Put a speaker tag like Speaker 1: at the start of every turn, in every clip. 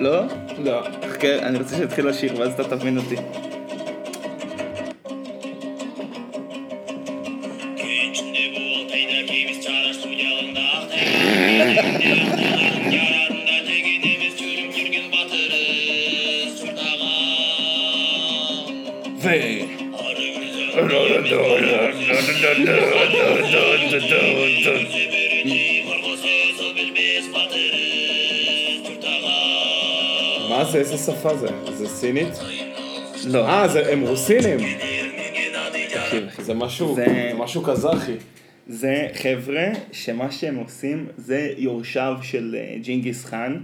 Speaker 1: לא? לא. חכה, אני רוצה שיתחיל לשיר ואז אתה תבין אותי.
Speaker 2: içinde bu oltaydaki biz çağrıştık yalında Yarında çekidimiz çürüm yürgün batırız Çurtağın Arı güzel
Speaker 3: ו...
Speaker 2: Gözü bürücü korkusuz bir biz batırız Çurtağın
Speaker 4: מה זה? איזה שפה זה? זה סינית?
Speaker 1: לא.
Speaker 4: אה, זה- הם רוסינים.
Speaker 1: תקשיב, אחי.
Speaker 4: זה משהו,
Speaker 1: זה-
Speaker 4: זה משהו קזחי.
Speaker 1: זה חבר'ה שמה שהם עושים זה יורשיו של אה, ג'ינגיס חאן,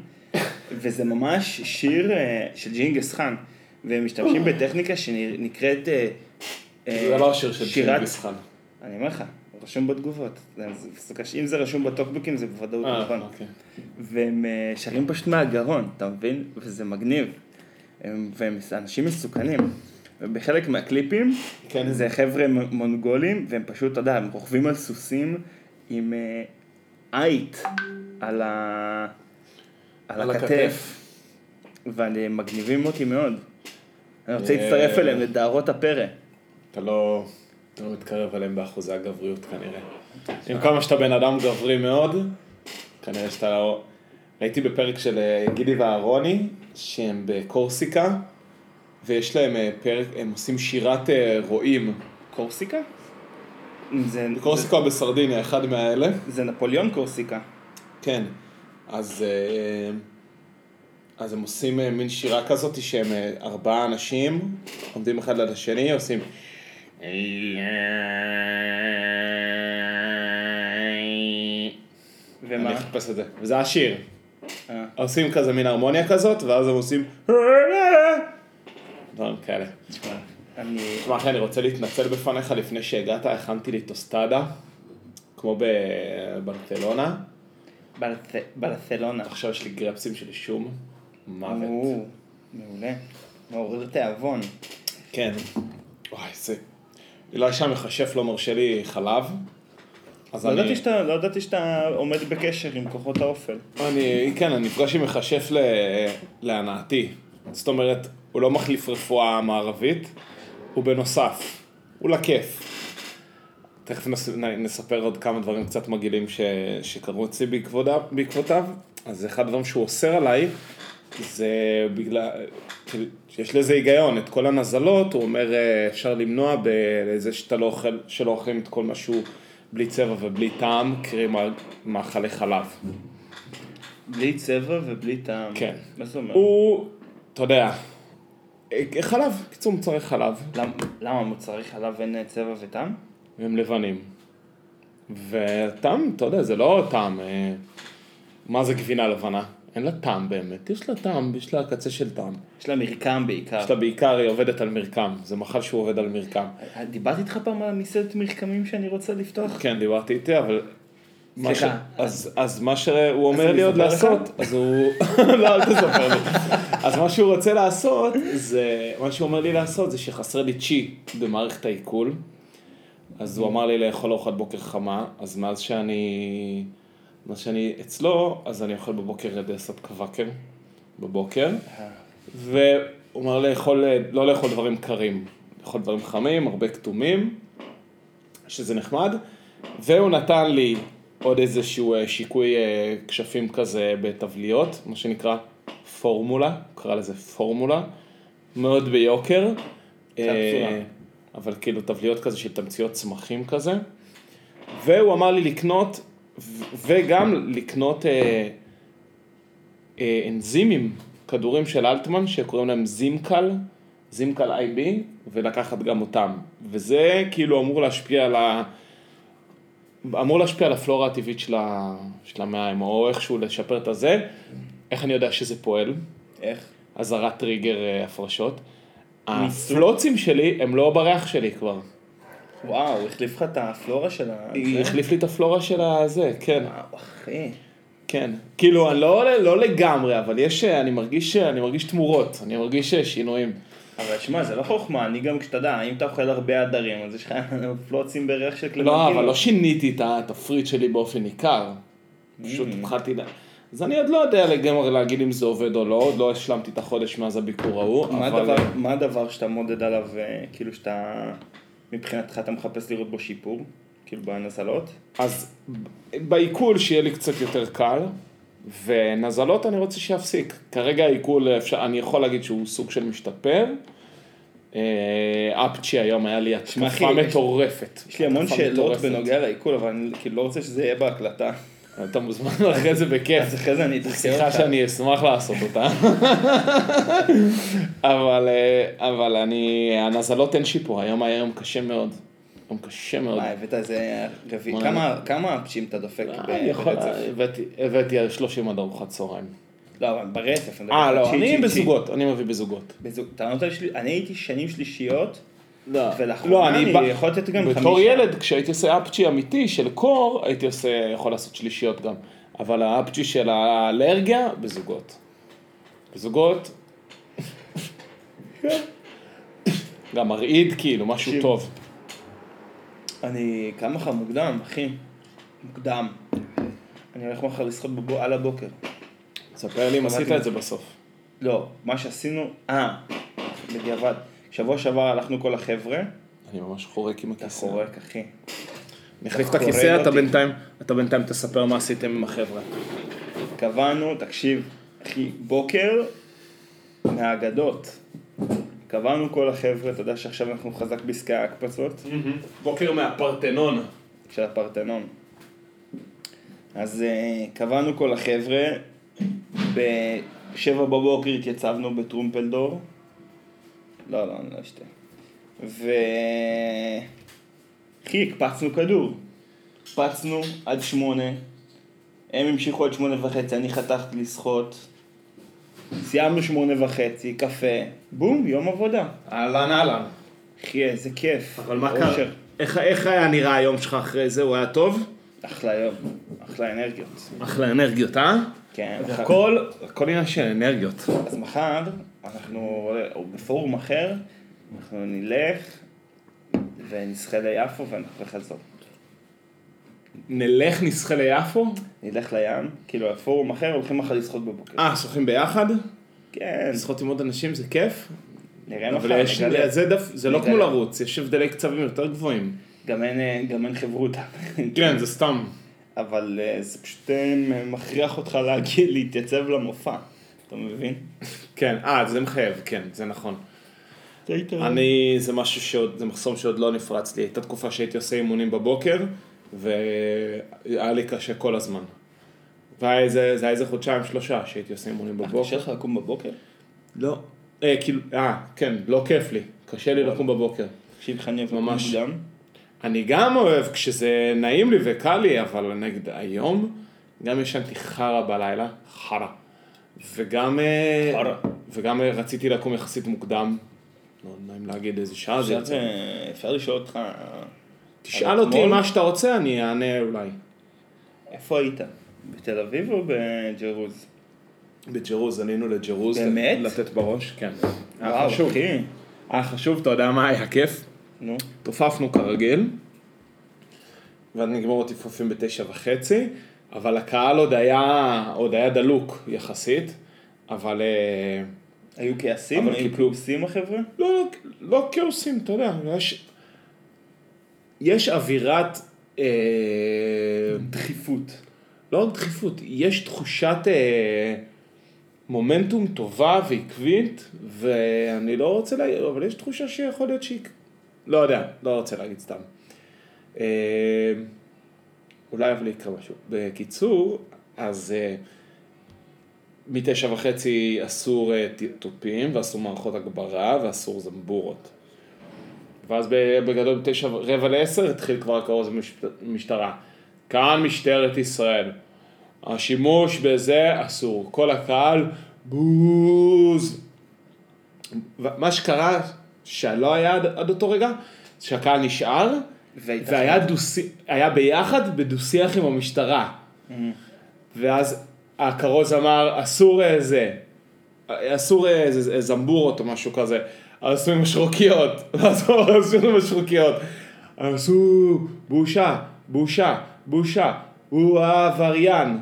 Speaker 1: וזה ממש שיר אה, של ג'ינגיס חאן, והם משתמשים בטכניקה שנקראת... אה, אה,
Speaker 4: זה לא השיר של
Speaker 1: שירת-
Speaker 4: שירת חאן.
Speaker 1: אני אומר לך, רשום בתגובות. זה- זה- זה קשה. אם זה רשום בטוקבקים זה בוודאות
Speaker 4: אה,
Speaker 1: נכון.
Speaker 4: אוקיי.
Speaker 1: והם אה, שרים פשוט מהגרון, אתה מבין? וזה מגניב. הם, והם אנשים מסוכנים. ובחלק מהקליפים,
Speaker 4: כן.
Speaker 1: זה חבר'ה מ- מונגולים, והם פשוט, אתה יודע, הם רוכבים על סוסים עם אה, עייט על, ה... על,
Speaker 4: על
Speaker 1: הכתף.
Speaker 4: הכתף.
Speaker 1: והם מגניבים אותי מאוד. אני רוצה
Speaker 4: אה.
Speaker 1: להצטרף אליהם לדהרות הפרא.
Speaker 4: אתה לא, אתה לא מתקרב אליהם באחוזי הגבריות כנראה. עם כמה שאתה בן אדם גברי מאוד, כנראה שאתה לא... ראיתי בפרק של אה, גידי ואהרוני, שהם בקורסיקה, ויש להם אה, פרק, הם עושים שירת אה, רועים.
Speaker 1: קורסיקה? זה,
Speaker 4: בקורסיקה או בסרדיניה, אחד מהאלה.
Speaker 1: זה, זה נפוליאון קורסיקה.
Speaker 4: כן. אז, אה, אז הם עושים אה, מין שירה כזאת שהם אה, ארבעה אנשים, עומדים אחד ליד השני, עושים... אני
Speaker 1: ומה?
Speaker 4: אחפש את זה. וזה השיר.
Speaker 1: אה.
Speaker 4: עושים כזה מין הרמוניה כזאת, ואז הם עושים...
Speaker 1: אה.
Speaker 4: דברים כאלה.
Speaker 1: אני...
Speaker 4: תשמע אחי, אני רוצה להתנצל בפניך לפני שהגעת, הכנתי לי טוסטדה, כמו בברצלונה.
Speaker 1: ברצ- ברצלונה.
Speaker 4: עכשיו יש לי גרפסים של שום. מוות.
Speaker 1: או, מעולה. מעורר תיאבון.
Speaker 4: כן. וואי, זה... אולי שהמכשף לא מרשה לי חלב. אז
Speaker 1: לא ידעתי
Speaker 4: אני...
Speaker 1: שאתה- לא ידעתי שאתה עומד בקשר עם כוחות האופל.
Speaker 4: אני... כן, אני נפגש עם מכשף ל... להנאתי. זאת אומרת, הוא לא מחליף רפואה מערבית, הוא בנוסף. הוא לכיף. תכף נס... נ- נספר עוד כמה דברים קצת מגעילים ש... שקרו אצלי בעקבודה... בעקבותיו. אז אחד הדברים שהוא אוסר עליי, זה בגלל, כאילו, יש לזה היגיון, את כל הנזלות, הוא אומר אה, אפשר למנוע בזה שאתה לא אוכל, שלא אוכלים את כל משהו בלי צבע ובלי טעם, קרי מא- מאכלי חלב.
Speaker 1: בלי צבע ובלי טעם.
Speaker 4: כן.
Speaker 1: מה זאת אומרת?
Speaker 4: הוא, אתה יודע, אה, חלב, קיצור מוצרי חלב,
Speaker 1: למ- למה מוצרי חלב אין אה, צבע וטעם?
Speaker 4: הם לבנים. וטעם, אתה יודע, זה לא טעם, אה, מה זה גבינה לבנה? אין לה טעם באמת, יש לה טעם, יש לה קצה של טעם.
Speaker 1: יש לה מרקם בעיקר.
Speaker 4: יש לה בעיקר, היא עובדת על מרקם, זה מאכל שהוא עובד על מרקם.
Speaker 1: אה, דיברתי איתך פעם על המסעדת מרקמים שאני רוצה לפתוח?
Speaker 4: כן, דיברתי איתי, אבל... מה
Speaker 1: סליחה.
Speaker 4: ש- אז, אז מה שהוא אומר
Speaker 1: אני
Speaker 4: לי עוד
Speaker 1: אספר לך?
Speaker 4: לעשות, אז הוא... לא, אל תספר לי. אז מה שהוא רוצה לעשות, זה... מה שהוא אומר לי לעשות זה שחסר לי צ'י במערכת העיכול. אז הוא אמר לי לאכול ארוחת בוקר חמה, אז מאז שאני... מאז שאני אצלו, אז אני אוכל בבוקר דסת קוואקר, בבוקר. והוא אומר לאכול, לא לאכול דברים קרים, לאכול דברים חמים, הרבה כתומים. שזה נחמד, והוא נתן לי עוד איזשהו אה, שיקוי אה, כשפים כזה בתבליות, מה שנקרא פורמולה, הוא קרא לזה פורמולה, מאוד ביוקר, אה,
Speaker 1: קפסולה.
Speaker 4: אבל כאילו תבליות כזה של תמציות צמחים כזה, והוא אמר לי לקנות, ו- וגם לקנות אה, אה, אנזימים, כדורים של אלטמן, שקוראים להם זימקל, זימקל IB, ולקחת גם אותם. וזה כאילו אמור להשפיע על ה... אמור להשפיע על הפלורה הטבעית של, ה... של המעיים, או איכשהו לשפר את הזה. איך אני יודע שזה פועל?
Speaker 1: איך?
Speaker 4: אזהרת טריגר אה, הפרשות. הפלוצים שלי הם לא בריח שלי כבר.
Speaker 1: וואו, הוא החליף לך את הפלורה של ה...
Speaker 4: היא
Speaker 1: זה?
Speaker 4: החליף לי את הפלורה של הזה, כן.
Speaker 1: וואו, אחי.
Speaker 4: כן, אה, כאילו, אני לא, לא לגמרי, אבל יש, אני מרגיש, אני מרגיש תמורות, אני מרגיש שינויים.
Speaker 1: אבל שמע, זה לא חוכמה, אני גם, כשאתה יודע, אם אתה אוכל הרבה עדרים, אז יש לך פלוצים בריח של קלמנטינות.
Speaker 4: לא, אבל לא שיניתי את התפריט שלי באופן ניכר. פשוט
Speaker 1: Mm.
Speaker 4: התחלתי... ל- אז אני עוד לא יודע לגמרי להגיד אם זה עובד או לא, עוד לא השלמתי את החודש מאז הביקור ההוא,
Speaker 1: מה
Speaker 4: אבל... אה,
Speaker 1: הדבר, מה הדבר שאתה מודד עליו, אה, כאילו שאתה, מבחינתך אתה מחפש לראות בו שיפור? כאילו בנזלות?
Speaker 4: אז בעיכול שיהיה לי קצת יותר קל, ונזלות אני רוצה שיפסיק. כרגע העיכול, אפשר, אני יכול להגיד שהוא סוג של משתפר. אה, אפצ'י היום היה לי
Speaker 1: שמע, אחי,
Speaker 4: התקפה
Speaker 1: יש-
Speaker 4: מטורפת.
Speaker 1: יש לי המון
Speaker 4: התקפה
Speaker 1: שאלות
Speaker 4: מטורפת.
Speaker 1: בנוגע לעיכול, אבל אני כאילו לא רוצה שזה יהיה בהקלטה.
Speaker 4: אתה מוזמן אחרי זה בכיף.
Speaker 1: אז אחרי זה אני אתחקר אותך.
Speaker 4: שיחה שאני אשמח לעשות אותה. אבל, אה, אבל אני, הנזלות אין שיפור, היום היה יום קשה מאוד. יום קשה מאוד.
Speaker 1: מה, אה, הבאת איזה רביעי?
Speaker 4: מה?
Speaker 1: כמה- כמה אפצ'ים אתה דופק
Speaker 4: אה,
Speaker 1: ב-
Speaker 4: אני יכול-
Speaker 1: ברצף?
Speaker 4: הבאתי- הבאתי 30 עד ארוחת צהריים.
Speaker 1: לא, אבל ברצף. מדבר
Speaker 4: אה,
Speaker 1: על
Speaker 4: לא,
Speaker 1: צ'י,
Speaker 4: אני
Speaker 1: צ'י, צ'י.
Speaker 4: בזוגות, אני מביא בזוגות.
Speaker 1: בזוג. אתה לא נותן לי, אני הייתי שנים שלישיות,
Speaker 4: לא,
Speaker 1: ולאחרונה
Speaker 4: אני
Speaker 1: אני
Speaker 4: ב-
Speaker 1: יכול לתת גם חמישה.
Speaker 4: בתור ילד, כשהייתי עושה אפצ'י אמיתי של קור, הייתי עושה, יכול לעשות שלישיות גם. אבל האפצ'י של האלרגיה, בזוגות. בזוגות. גם מרעיד כאילו, משהו
Speaker 1: תקשיב.
Speaker 4: טוב.
Speaker 1: אני קם מחר מוקדם, אחי. מוקדם. אני הולך מחר לשחות בבו- על הבוקר.
Speaker 4: ספר לי אם
Speaker 1: שמעתי.
Speaker 4: עשית את זה בסוף.
Speaker 1: לא, מה שעשינו, אה, בדיעבד. שבוע שעבר הלכנו כל החבר'ה,
Speaker 4: אני ממש חורק עם
Speaker 1: אתה
Speaker 4: הכיסא.
Speaker 1: חורק אחי.
Speaker 4: נחליף את
Speaker 1: אתה חורק
Speaker 4: הכיסא, אתה
Speaker 1: אותי.
Speaker 4: בינתיים, אתה בינתיים תספר מה עשיתם עם החבר'ה.
Speaker 1: קבענו, תקשיב, אחי, בוקר מהאגדות. קבענו כל החבר'ה, אתה יודע שעכשיו אנחנו חזק בעסקי ההקפצות
Speaker 4: בוקר מהפרטנון.
Speaker 1: של הפרטנון. אז אה, קבענו כל החבר'ה, בשבע בבוקר התייצבנו בטרומפלדור. לא, לא, אני לא אשתה. ו... אחי, הקפצנו כדור. הקפצנו עד שמונה, הם המשיכו עד שמונה וחצי, אני חתכתי לשחות. סיימנו שמונה וחצי, קפה, בום, יום עבודה.
Speaker 4: אהלן אהלן.
Speaker 1: אחי, איזה כיף.
Speaker 4: אבל מה
Speaker 1: אושר.
Speaker 4: קרה? איך, איך היה נראה היום שלך אחרי זה? הוא היה טוב?
Speaker 1: אחלה יום, אחלה אנרגיות.
Speaker 4: אחלה אנרגיות, אה?
Speaker 1: כן, מחר-
Speaker 4: הכל, הכל עניין של אנרגיות.
Speaker 1: אז מחר, אנחנו, או בפורום אחר, אנחנו נלך ונשחה ליפו ואנחנו נחזור.
Speaker 4: נלך נשחה ליפו?
Speaker 1: נלך לים, כאילו הפורום אחר, הולכים מחר לשחות בבוקר.
Speaker 4: אה, שוחים ביחד?
Speaker 1: כן,
Speaker 4: לשחות עם עוד אנשים זה כיף?
Speaker 1: נראה מחר,
Speaker 4: אבל יש,
Speaker 1: נגלה.
Speaker 4: זה, דף, זה לא
Speaker 1: נגלה.
Speaker 4: כמו לרוץ, יש הבדלי קצבים יותר גבוהים.
Speaker 1: גם אין, אה, גם אין חברותא.
Speaker 4: כן, זה סתם.
Speaker 1: אבל אה, זה פשוט אה, מכריח אותך להגיע, להתייצב למופע, אתה מבין?
Speaker 4: כן, אה, זה מחייב, כן, זה נכון.
Speaker 1: אתה היית...
Speaker 4: אני, זה משהו שעוד, זה מחסום שעוד לא נפרץ לי. הייתה תקופה שהייתי עושה אימונים בבוקר, והיה לי קשה כל הזמן. והיה איזה, זה היה איזה חודשיים, שלושה, שהייתי עושה אימונים
Speaker 1: קשה
Speaker 4: בבוקר.
Speaker 1: לך לקום בבוקר?
Speaker 4: לא. אה, כאילו, אה, כן, לא כיף לי. קשה לי לקום בבוקר.
Speaker 1: תקשיב לך אני אוהב
Speaker 4: ממש.
Speaker 1: מוקדם.
Speaker 4: אני גם אוהב כשזה נעים לי וקל לי, אבל נגד היום, גם ישנתי חרא בלילה, חרא. וגם... אה,
Speaker 1: חרא.
Speaker 4: וגם אה, רציתי לקום יחסית מוקדם. לא נעים להגיד איזה שעה
Speaker 1: עכשיו,
Speaker 4: זה יוצא.
Speaker 1: אה, אפשר לשאול אותך,
Speaker 4: תשאל
Speaker 1: אבל
Speaker 4: אותי
Speaker 1: אתמול-
Speaker 4: מה שאתה רוצה, אני אענה אולי.
Speaker 1: איפה היית? בתל אביב או בג'רוז?
Speaker 4: בג'רוז, עלינו לג'רוז.
Speaker 1: באמת?
Speaker 4: לתת בראש, כן. היה
Speaker 1: וואו,
Speaker 4: חשוב.
Speaker 1: אחי.
Speaker 4: היה חשוב, אתה יודע מה היה כיף?
Speaker 1: נו.
Speaker 4: תופפנו כרגיל, ואז נגמור הטיפופים בתשע וחצי, אבל הקהל עוד היה, עוד היה דלוק יחסית, אבל אה,
Speaker 1: היו כעסים?
Speaker 4: אבל
Speaker 1: היו
Speaker 4: קיבלו.
Speaker 1: כעסים החבר'ה?
Speaker 4: לא, לא כאוסים, אתה יודע, יש, יש אווירת, אה,
Speaker 1: דחיפות.
Speaker 4: לא רק דחיפות, יש תחושת אה, מומנטום טובה ועקבית, ואני לא רוצה להגיד, אבל יש תחושה שיכול להיות שהיא... לא יודע, לא רוצה להגיד סתם. אה, אולי אבל יקרה משהו. בקיצור, אז אה, מתשע וחצי אסור אה, ט- תופים, ואסור מערכות הגברה, ואסור זמבורות. ואז ב- בגדול בתשע רבע לעשר התחיל כבר הכרוז משטרה. כאן משטרת ישראל. השימוש בזה אסור. כל הקהל בוז. מה שקרה, שלא היה עד, עד אותו רגע, שהקהל נשאר,
Speaker 1: והיית-
Speaker 4: והיה דו-שי- היה ביחד בדו-שיח עם המשטרה. ואז הכרוז אמר, אסור אה, זה, אסור אה, זה- זה- זמבורות או משהו כזה, עשו עם משרוקיות, ואז הוא אמר, עשו עם משרוקיות, עשו בושה, בושה, בושה, הוא העבריין,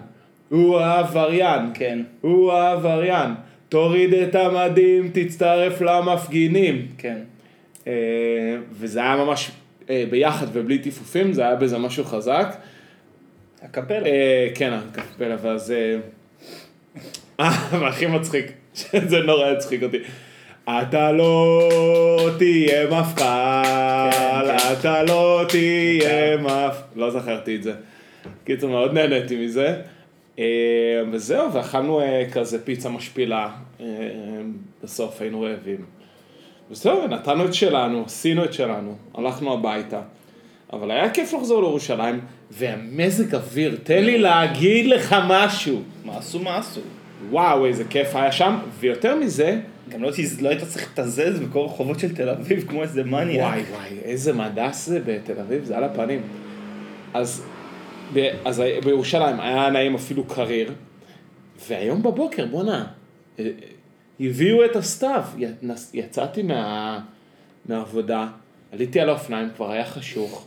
Speaker 4: הוא העבריין,
Speaker 1: כן.
Speaker 4: הוא העבריין, תוריד את המדים, תצטרף למפגינים.
Speaker 1: כן.
Speaker 4: אה, וזה היה ממש אה, ביחד ובלי טיפופים, זה היה בזה משהו חזק.
Speaker 1: הקפלה.
Speaker 4: אה, כן, הקפלה, ואז... אה, אה, והכי מצחיק, שזה נורא הצחיק אותי. אתה לא תהיה מפכ"ל,
Speaker 1: כן, כן.
Speaker 4: אתה לא תהיה מפ... לא זכרתי את זה. קיצור, מאוד נהניתי מזה. אה, וזהו, ואכלנו אה, כזה פיצה משפילה. אה, בסוף היינו רעבים. בסדר, נתנו את שלנו, עשינו את שלנו, הלכנו הביתה. אבל היה כיף לחזור לירושלים, והמזג אוויר, תן לי להגיד לך משהו.
Speaker 1: מה עשו מה עשו.
Speaker 4: וואו, איזה כיף היה שם, ויותר מזה,
Speaker 1: גם לא, תז- לא היית צריך לתזז בכל רחובות של תל אביב כמו איזה מניאק.
Speaker 4: וואי וואי, איזה מדס זה בתל אביב, זה על הפנים. אז, ב, אז ה- בירושלים היה נעים אפילו קריר, והיום בבוקר, בואנה, אה, אה, הביאו את הסתיו, י- נס- יצאתי מה, מהעבודה, עליתי על האופניים, כבר היה חשוך,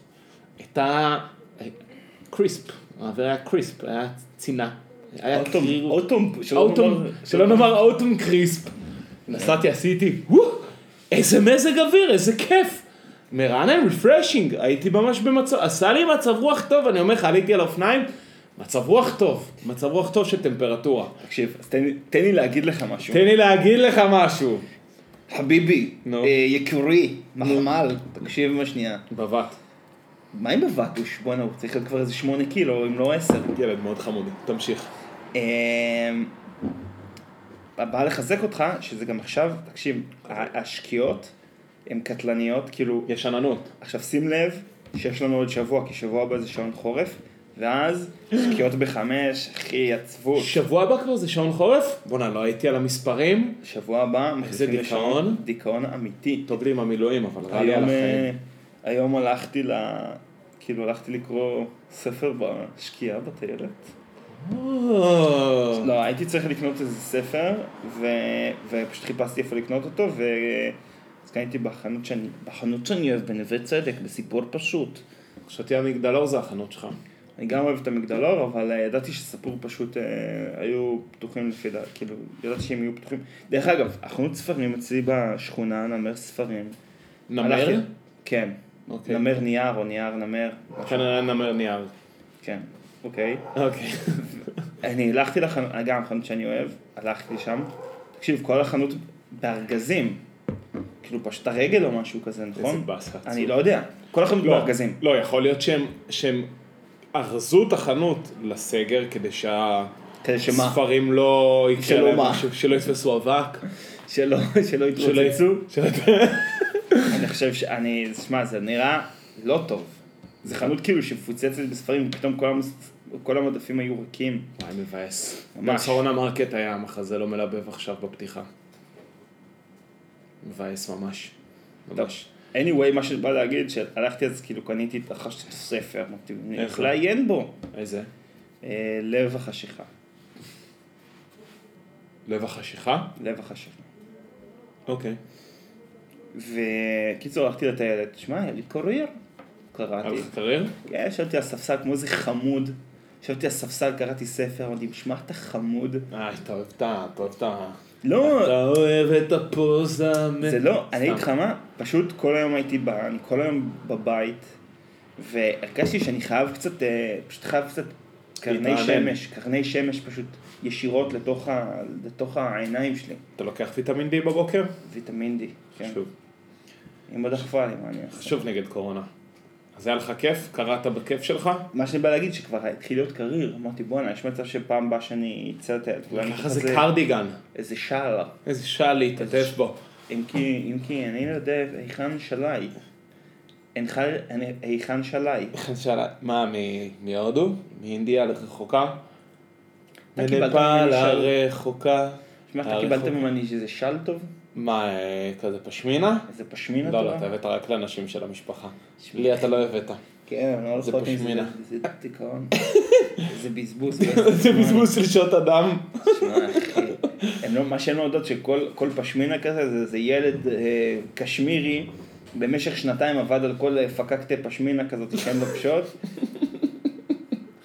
Speaker 4: הייתה אה, קריספ, האוויר היה קריספ, היה צינה. היה
Speaker 1: אוטום,
Speaker 4: קריר.
Speaker 1: אוטום, שלא
Speaker 4: אוטום,
Speaker 1: נאמר-
Speaker 4: שלא נאמר אוטום קריספ. נסעתי, עשיתי, וואו, איזה מזג אוויר, איזה כיף. מרענן, רפרשינג, הייתי ממש במצב, עשה לי מצב רוח טוב, אני אומר לך, עליתי על האופניים, מצב רוח טוב, מצב רוח טוב של טמפרטורה.
Speaker 1: תקשיב, אז תן לי- תן לי להגיד לך משהו.
Speaker 4: תן לי להגיד לך משהו.
Speaker 1: חביבי,
Speaker 4: נו.
Speaker 1: אה, יקירי, מחמל, תקשיב מה שנייה.
Speaker 4: בבת,
Speaker 1: מה עם בבטוש? בואנה, הוא צריך להיות כבר איזה שמונה קילו, אם לא עשר.
Speaker 4: ילד מאוד חמוד, תמשיך.
Speaker 1: אמ, בא לחזק אותך, שזה גם עכשיו, תקשיב, ה- השקיעות הן קטלניות, כאילו,
Speaker 4: יש עננות.
Speaker 1: עכשיו שים לב שיש לנו עוד שבוע, כי שבוע הבא זה שעון חורף, ואז שקיעות בחמש, אחי, יצבות.
Speaker 4: שבוע הבא כבר זה שעון חורף? בואנה, לא הייתי על המספרים.
Speaker 1: שבוע הבא, מחליפים
Speaker 4: דיכאון.
Speaker 1: לשעון, דיכאון אמיתי.
Speaker 4: טוב לי עם המילואים, אבל רע לי על
Speaker 1: היום, אה,
Speaker 4: החיים.
Speaker 1: היום הלכתי ל... כאילו הלכתי לקרוא ספר בשקיעה בטיילת.
Speaker 4: אה,
Speaker 1: לא, הייתי צריך לקנות איזה ספר, ו... ופשוט חיפשתי איפה לקנות אותו, ו... אז קניתי בחנות שאני, בחנות שאני אוהב בנווה צדק, בסיפור פשוט.
Speaker 4: חשבתי המגדלור זה החנות שלך.
Speaker 1: אני גם אוהב את המגדלור, אבל אה, ידעתי שסיפור פשוט אה, היו פתוחים לפי דעת, כאילו, ידעתי שהם יהיו פתוחים. דרך אגב, החנות ספרים אצלי בשכונה, נמר ספרים.
Speaker 4: נמר?
Speaker 1: הלכתי- כן.
Speaker 4: אוקיי.
Speaker 1: נמר נייר או נייר נמר.
Speaker 4: כנראה נמר נייר.
Speaker 1: כן, אוקיי.
Speaker 4: אוקיי.
Speaker 1: אני הלכתי לחנות, גם חנות שאני אוהב, הלכתי לשם. תקשיב, כל החנות בארגזים. כאילו פשטה רגל או משהו כזה, נכון?
Speaker 4: באסה, עצוב.
Speaker 1: אני לא יודע. כל החנות בארגזים.
Speaker 4: לא, יכול להיות שהם, שהם ארזו את החנות לסגר כדי שהספרים
Speaker 1: כדי שמה?
Speaker 4: לא
Speaker 1: שלא
Speaker 4: יקרה להם
Speaker 1: מה? לא
Speaker 4: משהו, שלא יתפסו אבק,
Speaker 1: שלא, שלא
Speaker 4: שלא
Speaker 1: יתרוצצו.
Speaker 4: יצאו. שלא יצאו.
Speaker 1: אני חושב שאני, שמע, זה נראה לא טוב. זה חנות כאילו שמפוצצת בספרים, ופתאום כל המס- כל המדפים היו ריקים.
Speaker 4: וואי, מבאס.
Speaker 1: ממש.
Speaker 4: גם סרון המרקט לא, היה המחזה לא מלבב עכשיו בפתיחה. מבאס ממש. ממש.
Speaker 1: anyway, מה שבא להגיד, שהלכתי אז כאילו קניתי את החשת ספר, אמרתי, אני
Speaker 4: איזה?
Speaker 1: הולך לעיין בו.
Speaker 4: איזה?
Speaker 1: אה, לב החשיכה.
Speaker 4: לב החשיכה?
Speaker 1: לב החשיכה.
Speaker 4: אוקיי.
Speaker 1: וקיצור, הלכתי לטיילת, שמע, היה לי קורייר.
Speaker 4: היה
Speaker 1: קראתי.
Speaker 4: לך קריר?
Speaker 1: כן, ישבתי על ספסל כמו איזה חמוד. ישבתי על ספסל, קראתי ספר, אמרתי, שמע, אתה חמוד.
Speaker 4: אה, אתה אוהב את ה... אתה אוהב את ה...
Speaker 1: לא,
Speaker 4: אתה אוהב את הפוזה.
Speaker 1: זה לא, אני אגיד לך
Speaker 4: סתם.
Speaker 1: מה, פשוט כל היום הייתי ב... אני כל היום בבית, והרגשתי שאני חייב קצת, אה, פשוט חייב קצת קרני
Speaker 4: להתרענן.
Speaker 1: שמש, קרני שמש פשוט ישירות לתוך ה- לתוך העיניים שלי.
Speaker 4: אתה לוקח ויטמין D בבוקר?
Speaker 1: ויטמין D, כן.
Speaker 4: חשוב.
Speaker 1: היא מאוד דחפה לי, מה אני אעשה.
Speaker 4: חשוב נגד קורונה. אז היה לך כיף? קראת בכיף שלך?
Speaker 1: מה שאני בא להגיד שכבר התחיל להיות קריר, אמרתי בואנה, יש מצב שפעם הבאה שאני אצא לטייל, אולי אני
Speaker 4: ככה
Speaker 1: אקח
Speaker 4: זה
Speaker 1: איזה-
Speaker 4: קרדיגן.
Speaker 1: איזה שעל,
Speaker 4: איזה שעה להתעטף בו.
Speaker 1: אם כי, אם כי, אני לא יודע היכן שלי, אינך- אני- היכן שלי,
Speaker 4: שאלה, מה, מ- מהודו? מאינדיה לרחוקה?
Speaker 1: אתה קיבלת
Speaker 4: מנפאל
Speaker 1: ממני שאלה.
Speaker 4: הרחוקה?
Speaker 1: שמע, אתה
Speaker 4: הרחוק-
Speaker 1: קיבלת ממני שזה שעל טוב,
Speaker 4: מה, אה, כזה פשמינה?
Speaker 1: איזה פשמינה
Speaker 4: לא, לא,
Speaker 1: טובה?
Speaker 4: אתה הבאת רק לאנשים של המשפחה.
Speaker 1: שמי-
Speaker 4: לי אתה לא הבאת.
Speaker 1: כן, אבל לא
Speaker 4: זה
Speaker 1: הולכות עם
Speaker 4: פשמינה.
Speaker 1: זה דיכאון, זה בזבוז,
Speaker 4: זה בזבוז של שעות אדם.
Speaker 1: שמע, אחי, הם לא, מה שהן לא יודעות שכל כל פשמינה כזה זה, זה ילד אה, קשמירי, במשך שנתיים עבד על כל אה, פקקטה פשמינה כזאת שאין לו פשוט.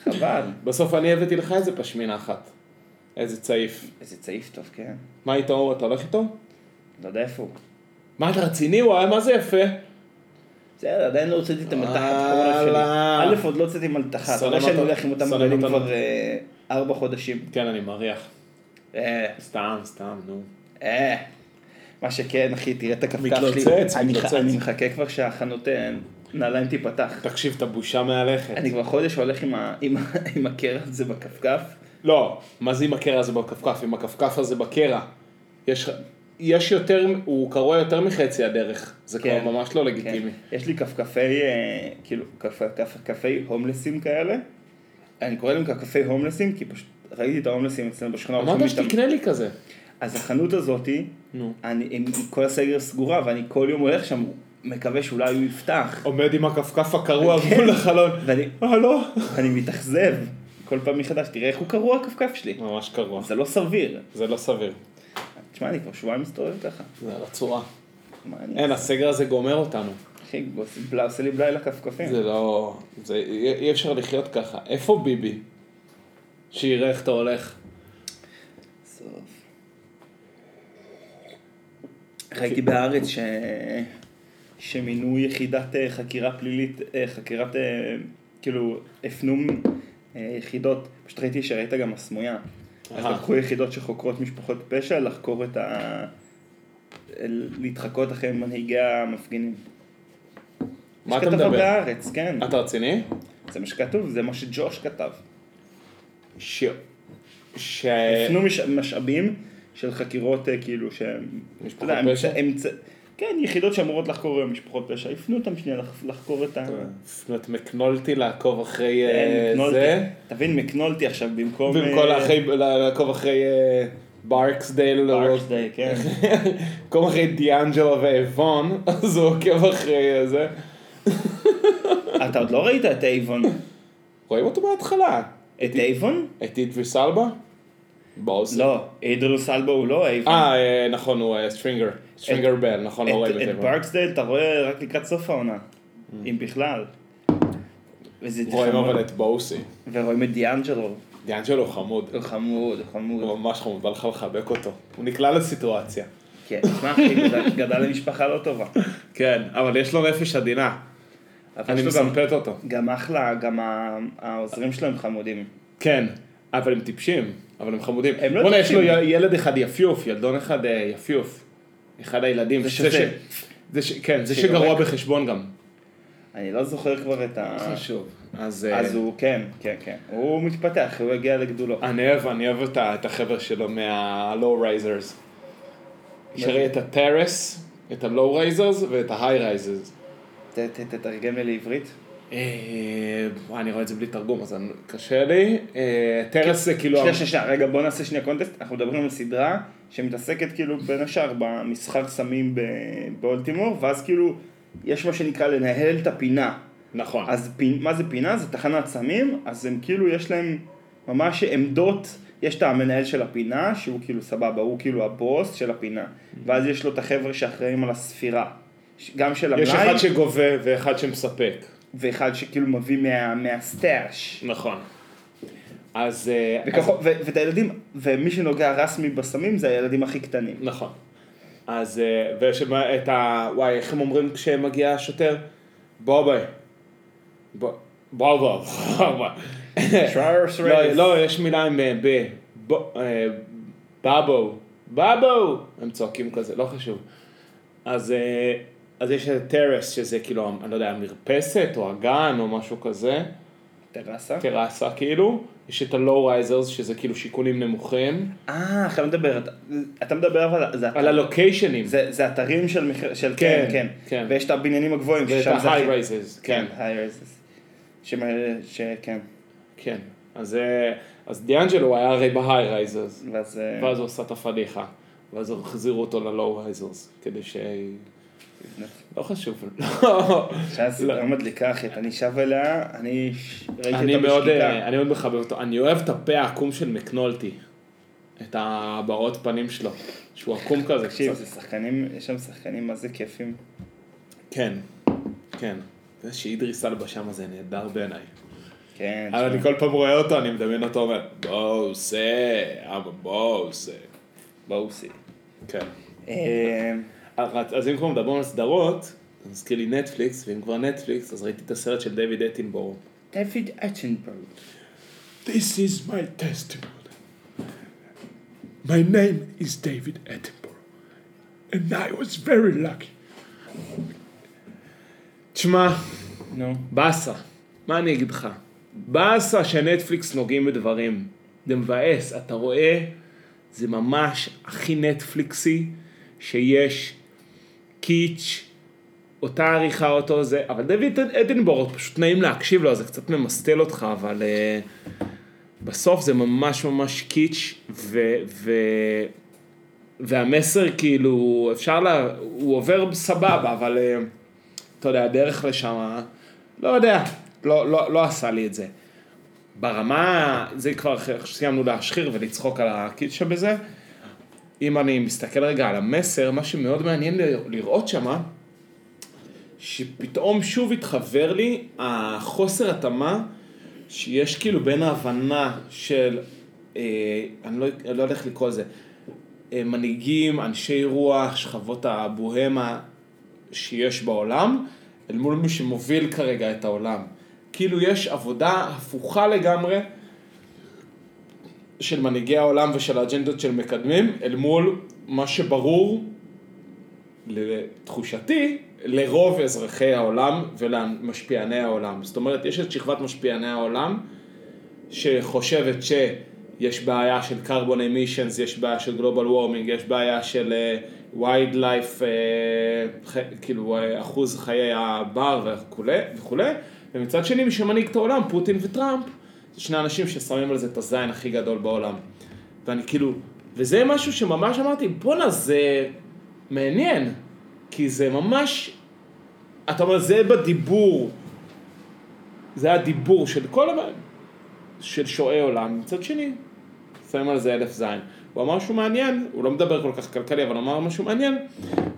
Speaker 1: חבל.
Speaker 4: בסוף אני הבאתי לך איזה פשמינה אחת. איזה צעיף.
Speaker 1: איזה צעיף טוב, כן.
Speaker 4: מה איתו? אתה הולך איתו?
Speaker 1: לא יודע איפה הוא.
Speaker 4: מה אתה רציני? וואי, מה זה יפה?
Speaker 1: בסדר, עדיין לא הוצאתי את המלתחת
Speaker 4: וואלה.
Speaker 1: חורף שלי. א', עוד לא הוצאתי מלתחה. אתה
Speaker 4: סונן
Speaker 1: יודע שאני
Speaker 4: אותו-
Speaker 1: הולך עם אותם
Speaker 4: סונן
Speaker 1: גדלים
Speaker 4: אותו.
Speaker 1: כבר אה, ארבע חודשים.
Speaker 4: כן, אני מריח.
Speaker 1: אה,
Speaker 4: סתם, סתם, נו.
Speaker 1: אה. מה שכן, אחי, תראה את הכפכף שלי.
Speaker 4: מתלוצץ,
Speaker 1: אני ח-
Speaker 4: מתלוצץ.
Speaker 1: אני מחכה כבר שהחנות אה, נעליים תיפתח.
Speaker 4: תקשיב, את הבושה מהלכת.
Speaker 1: אני כבר חודש הולך עם ה- עם ה- עם הקרע הזה בכפכף.
Speaker 4: לא, מה זה עם הקרע הזה בכפכף? עם הכפכף הזה בקרע. יש, יש יותר, הוא קרוע יותר מחצי הדרך. זה
Speaker 1: כן.
Speaker 4: כבר ממש לא לגיטימי.
Speaker 1: כן. יש לי כפכפי, אה, כאילו, כפ- כפכפי הומלסים כאלה. אני קורא להם כפכפי הומלסים, כי פשוט ראיתי את ההומלסים אצלנו בשכונה. הולכים
Speaker 4: אמרת
Speaker 1: משתמ-
Speaker 4: שתקנה לי כזה.
Speaker 1: אז החנות הזאתי,
Speaker 4: נו.
Speaker 1: אני, עם כל הסגר סגורה, ואני כל יום הולך שם, מקווה שאולי הוא יפתח.
Speaker 4: עומד עם הכפכף הקרוע מול החלון. אה, לא?
Speaker 1: ואני,
Speaker 4: הלו.
Speaker 1: ואני מתאכזב כל פעם מחדש, תראה איך הוא קרוע הכפכף שלי.
Speaker 4: ממש קרוע.
Speaker 1: זה לא סביר.
Speaker 4: זה לא סביר.
Speaker 1: תשמע, אני כבר שבועיים מסתובב ככה.
Speaker 4: זה על הצורה.
Speaker 1: מה אני...
Speaker 4: אין, הסגר הזה גומר אותנו.
Speaker 1: אחי, עושה בלה- עושה לי בלילה כפכפים.
Speaker 4: זה לא... זה... אי אי אפשר לחיות ככה. איפה ביבי? שיראה איך אתה הולך.
Speaker 1: סוף. ראיתי בארץ ש... שמינו יחידת אה, חקירה פלילית, אה, חקירת, אה, כאילו, הפנו אה, יחידות, פשוט ראיתי שראית גם הסמויה. אז
Speaker 4: אהה.
Speaker 1: לקחו יחידות שחוקרות משפחות פשע לחקור את ה... להתחקות אחרי מנהיגי המפגינים.
Speaker 4: מה
Speaker 1: יש
Speaker 4: אתה
Speaker 1: כתבה
Speaker 4: מדבר?
Speaker 1: בארץ, כן.
Speaker 4: אתה רציני?
Speaker 1: זה מה שכתוב, זה מה שג'וש כתב.
Speaker 4: ש... ש...
Speaker 1: הפנו מש... משאבים של חקירות אה, כאילו שהם...
Speaker 4: משפחות
Speaker 1: אתה יודע,
Speaker 4: פשע?
Speaker 1: אמצ- אמצ... כן, יחידות שאמורות לחקור משפחות פשע, הפנו אותם שנייה לח... לחקור את ה...
Speaker 4: זאת אומרת, מקנולטי לעקוב אחרי אה,
Speaker 1: כן, מקנולטי.
Speaker 4: זה,
Speaker 1: תבין, מקנולטי עכשיו במקום...
Speaker 4: במקום
Speaker 1: אה,
Speaker 4: לאחרי- לעקוב אחרי אה, ברקסדייל, או-
Speaker 1: ברקסדייל, כן.
Speaker 4: במקום אחרי דיאנג'לו ואבון, אז הוא עוקב אחרי אה, זה.
Speaker 1: אתה עוד לא ראית את אייבון?
Speaker 4: רואים אותו בהתחלה.
Speaker 1: את אייבון?
Speaker 4: את אידריס אלבה? בוס.
Speaker 1: לא, אידרוס אלבו הוא לא אייבון.
Speaker 4: אה, אה, נכון, הוא אה, סטרינגר. סטרינגר בל, נכון, לא
Speaker 1: את,
Speaker 4: רואים את
Speaker 1: את
Speaker 4: זה.
Speaker 1: ברקסדייל אתה רואה רק לקראת סוף העונה, אם בכלל. וזה
Speaker 4: רואים
Speaker 1: חמוד.
Speaker 4: אבל את בוסי.
Speaker 1: ורואים את דיאנג'לו,
Speaker 4: דיאנג'לו הוא חמוד.
Speaker 1: הוא חמוד, הוא חמוד.
Speaker 4: הוא ממש חמוד, בא לך לחבק אותו. הוא נקלע לסיטואציה.
Speaker 1: כן, תשמע אחי, גדל- גדל למשפחה לא טובה.
Speaker 4: כן, אבל יש לו נפש עדינה.
Speaker 1: אבל
Speaker 4: אני
Speaker 1: יש לו גם-
Speaker 4: מסמפת אותו.
Speaker 1: גם אחלה, גם ה- העוזרים שלו הם חמודים.
Speaker 4: כן, אבל הם טיפשים, אבל הם חמודים.
Speaker 1: הם לא
Speaker 4: בוא'נה, יש
Speaker 1: טיפשים.
Speaker 4: לו י- ילד אחד יפיוף, ילדון אחד אה, יפיוף. אחד הילדים.
Speaker 1: זה
Speaker 4: שזה
Speaker 1: שזה.
Speaker 4: ש- זה ש... כן, זה
Speaker 1: שיורק.
Speaker 4: שגרוע בחשבון גם.
Speaker 1: אני לא זוכר כבר את ה...
Speaker 4: חשוב. אז אה,
Speaker 1: אז הוא, כן, כן, כן. הוא מתפתח, הוא הגיע לגדולו.
Speaker 4: אני אוהב, אני אוהב את ה- את החבר'ה שלו מה-Low Risers. יש הרי את הטרס, את ה-Low Risers ואת ה-High Risers.
Speaker 1: ת- ת- תתרגם לי לעברית.
Speaker 4: אה, וואי, אני רואה את זה בלי תרגום, אז אני- קשה לי. אה, טרס זה כאילו...
Speaker 1: שנייה, שנייה, שנייה, רגע, בוא נעשה שנייה קונטסט. אנחנו מדברים על סדרה שמתעסקת כאילו בין השאר במסחר סמים ב- באולטימור, ואז כאילו יש מה שנקרא לנהל את הפינה.
Speaker 4: נכון.
Speaker 1: אז פי- מה זה פינה? זה תחנת סמים, אז הם כאילו יש להם ממש עמדות, יש את המנהל של הפינה, שהוא כאילו סבבה, הוא כאילו הבוס של הפינה, ואז יש לו את החבר'ה שאחראים על הספירה, ש- גם של
Speaker 4: יש
Speaker 1: המלאי,
Speaker 4: אחד שגובה ואחד שמספק.
Speaker 1: ואחד שכאילו מביא מה- מהסטאש.
Speaker 4: נכון. אז... אה,
Speaker 1: וככה- ו- ואת הילדים, ומי שנוגע רסמי בסמים זה הילדים הכי קטנים.
Speaker 4: נכון. אז, אה, ויש שם את ה... וואי, איך הם אומרים כשמגיע השוטר? בובי. ב- בובה. בובה.
Speaker 1: Travis
Speaker 4: לא,
Speaker 1: Reyes.
Speaker 4: לא, יש מילה עם אה, ב... ב- אה, בבו. בבו! הם צועקים כזה, לא חשוב. אז, אה, אז יש את הטרס, שזה כאילו, אני לא יודע, המרפסת או הגן או משהו כזה.
Speaker 1: טרסה.
Speaker 4: טרסה כאילו. יש את הלואו רייזרס, שזה כאילו שיכונים נמוכים.
Speaker 1: אה, אתה מדבר, אתה- אתה מדבר אבל זה-
Speaker 4: על הלוקיישנים.
Speaker 1: זה זה אתרים של מכר- של
Speaker 4: כן,
Speaker 1: כן, כן,
Speaker 4: כן.
Speaker 1: ויש את הבניינים הגבוהים,
Speaker 4: ואת
Speaker 1: ששם זה הכי-
Speaker 4: ה-high rises, כן,
Speaker 1: כן, high rises. שמ- שכן,
Speaker 4: כן. אז, אה, אז דיאנג'לו היה הרי ב-high rises,
Speaker 1: ואז... אה,
Speaker 4: ואז הוא עשה את הפדיחה, ואז הוא החזירו אותו ל-low rises, כדי ש... לא חשוב, לא.
Speaker 1: שאז
Speaker 4: לא.
Speaker 1: לא מדליקה אחי, אני שב אליה, אני ש- ראיתי
Speaker 4: אני
Speaker 1: אותה
Speaker 4: מאוד,
Speaker 1: בשקיקה.
Speaker 4: אה, אני מאוד מחבב אותו, אני אוהב את הפה העקום של מקנולטי. את הבעות פנים שלו, שהוא עקום כזה
Speaker 1: תקשיב,
Speaker 4: קצת.
Speaker 1: זה שחקנים, יש שם שחקנים מה זה כיפים.
Speaker 4: כן, כן. זה שאידריס אלבה שם זה נהדר בעיניי.
Speaker 1: כן.
Speaker 4: אבל אני כל פעם רואה אותו, אני מדמיין אותו אומר, בואו זה, אבא בואו זה.
Speaker 1: בואו סי.
Speaker 4: כן.
Speaker 1: אה,
Speaker 4: אז אז אם כבר מדברים על סדרות, זה מזכיר לי נטפליקס, ואם כבר נטפליקס, אז ראיתי את הסרט של דיוויד אטינבורו.
Speaker 1: דויד אטנבורג.
Speaker 4: This is my testimony. My name is David Attenborough, and I was very lucky. תשמע,
Speaker 1: נו.
Speaker 4: באסה, מה אני אגיד לך? באסה שנטפליקס נוגעים בדברים. זה מבאס, אתה רואה? זה ממש הכי נטפליקסי שיש. קיץ', אותה עריכה, אותו זה, אבל דויד אדנבורד, פשוט נעים להקשיב לו, אז זה קצת ממסטל אותך, אבל אה, בסוף זה ממש ממש קיץ', ו... ו... והמסר כאילו, אפשר לה, הוא עובר סבבה, אבל אה, אתה יודע, הדרך לשם, לא יודע, לא, לא, לא עשה לי את זה. ברמה, זה כבר אחרי שסיימנו להשחיר ולצחוק על הקיץ' שבזה. אם אני מסתכל רגע על המסר, מה שמאוד מעניין ל- לראות שמה, שפתאום שוב התחבר לי החוסר התאמה שיש כאילו בין ההבנה של, אה, אני לא, אני לא יודע איך לקרוא לזה, אה, מנהיגים, אנשי רוח, שכבות הבוהמה שיש בעולם, אל מול מי שמוביל כרגע את העולם. כאילו יש עבודה הפוכה לגמרי של מנהיגי העולם ושל האג'נדות של מקדמים, אל מול מה שברור לתחושתי, לרוב אזרחי העולם ולמשפיעני העולם. זאת אומרת, יש את שכבת משפיעני העולם שחושבת שיש בעיה של carbon emissions, יש בעיה של global warming, יש בעיה של uh, wildlife, uh, ח, כאילו uh, אחוז חיי הבר וכולי, וכולי, ומצד שני מי שמנהיג את העולם, פוטין וטראמפ, זה שני אנשים ששמים על זה את הזין הכי גדול בעולם. ואני כאילו, וזה משהו שממש אמרתי, בואנה זה מעניין, כי זה ממש, אתה אומר זה בדיבור, זה הדיבור של כל המ... של שועי עולם, מצד שני, שמים על זה אלף זין. הוא אמר משהו מעניין, הוא לא מדבר כל כך כלכלי, אבל אמר משהו מעניין,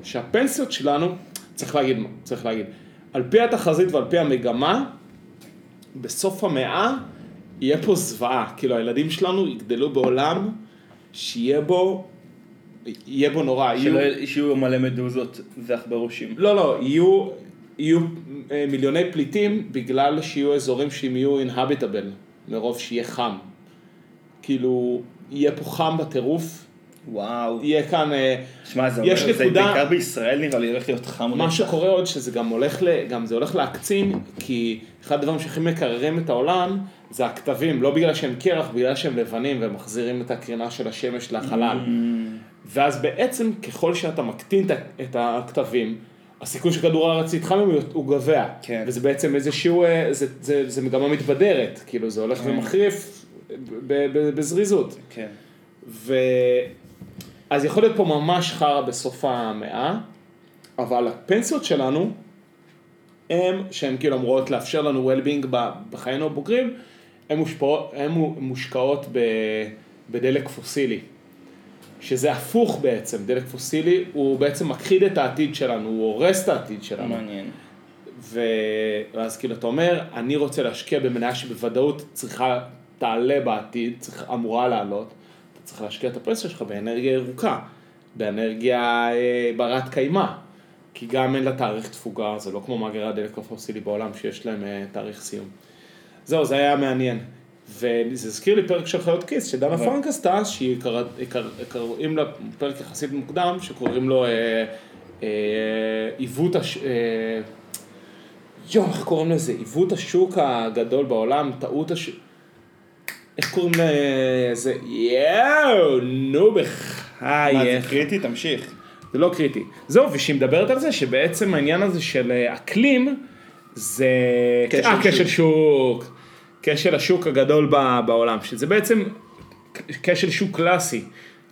Speaker 4: שהפנסיות שלנו, צריך להגיד, מה, צריך להגיד, על פי התחזית ועל פי המגמה, בסוף המאה יהיה פה זוועה, כאילו הילדים שלנו יגדלו בעולם שיהיה בו, יהיה בו נורא, יהיו-
Speaker 1: שלא שיהיו מלא מדוזות ועכברושים.
Speaker 4: לא, לא, יהיו, יהיו אה, מיליוני פליטים בגלל שיהיו אזורים שהם יהיו inhabitable, מרוב שיהיה חם. כאילו, יהיה פה חם בטירוף,
Speaker 1: וואו.
Speaker 4: יהיה כאן... אה,
Speaker 1: שמע, זה
Speaker 4: יש
Speaker 1: אומר- זה
Speaker 4: נקודה-
Speaker 1: בעיקר בישראל נראה לי הולך להיות חם.
Speaker 4: מה
Speaker 1: רצח.
Speaker 4: שקורה עוד שזה גם הולך, ל, גם זה הולך להקצין, כי אחד הדברים שהכי מקררים את העולם זה הכתבים, לא בגלל שהם קרח, בגלל שהם לבנים ומחזירים את הקרינה של השמש לחלל.
Speaker 1: Mm.
Speaker 4: ואז בעצם ככל שאתה מקטין את ה- את הכתבים, הסיכוי שכדור הארץ יתחמם הוא- הוא גבוה.
Speaker 1: כן.
Speaker 4: וזה בעצם איזשהו, אה, זה, זה, זה מגמה מתבדרת, כאילו זה הולך ומחריף ב- ב- בזריזות.
Speaker 1: כן.
Speaker 4: ו... אז יכול להיות פה ממש חרא בסוף המאה, אבל הפנסיות שלנו, הם, שהן כאילו אמורות לאפשר לנו well-being ב- בחיינו הבוגרים, הן מושפעות- הן מו- מושקעות ב... בדלק פוסילי. שזה הפוך בעצם, דלק פוסילי הוא בעצם מכחיד את העתיד שלנו, הוא הורס את העתיד שלנו.
Speaker 1: לא מעניין.
Speaker 4: אה, ו- ואז כאילו אתה אומר, אני רוצה להשקיע במניה שבוודאות צריכה, תעלה בעתיד, צריך, אמורה לעלות, אתה צריך להשקיע את הפנסיה שלך באנרגיה ירוקה, באנרגיה אה, ברת קיימא, כי גם אין לה תאריך תפוגה, זה לא כמו מאגרי הדלק הפוסילי בעולם שיש להם אה, תאריך סיום. זהו, זה היה מעניין. וזה הזכיר לי פרק של חיות כיס, שדנה
Speaker 1: אבל-
Speaker 4: פרנק עשתה, שהיא קרא- קר- קוראים לה פרק יחסית מוקדם, שקוראים לו אה, אה, עיוות הש... אה, יואו, איך קוראים לזה? עיוות השוק הגדול בעולם, טעות השוק... איך קוראים לזה? יואו, נו
Speaker 1: מה
Speaker 4: בחייך.
Speaker 1: זה קריטי? תמשיך.
Speaker 4: זה לא קריטי. זהו, ושהיא מדברת על זה שבעצם העניין הזה של אה, אקלים זה...
Speaker 1: כשל
Speaker 4: אה, כשל
Speaker 1: שוק.
Speaker 4: שוק. כשל השוק הגדול ב- בעולם, שזה בעצם כשל שוק קלאסי.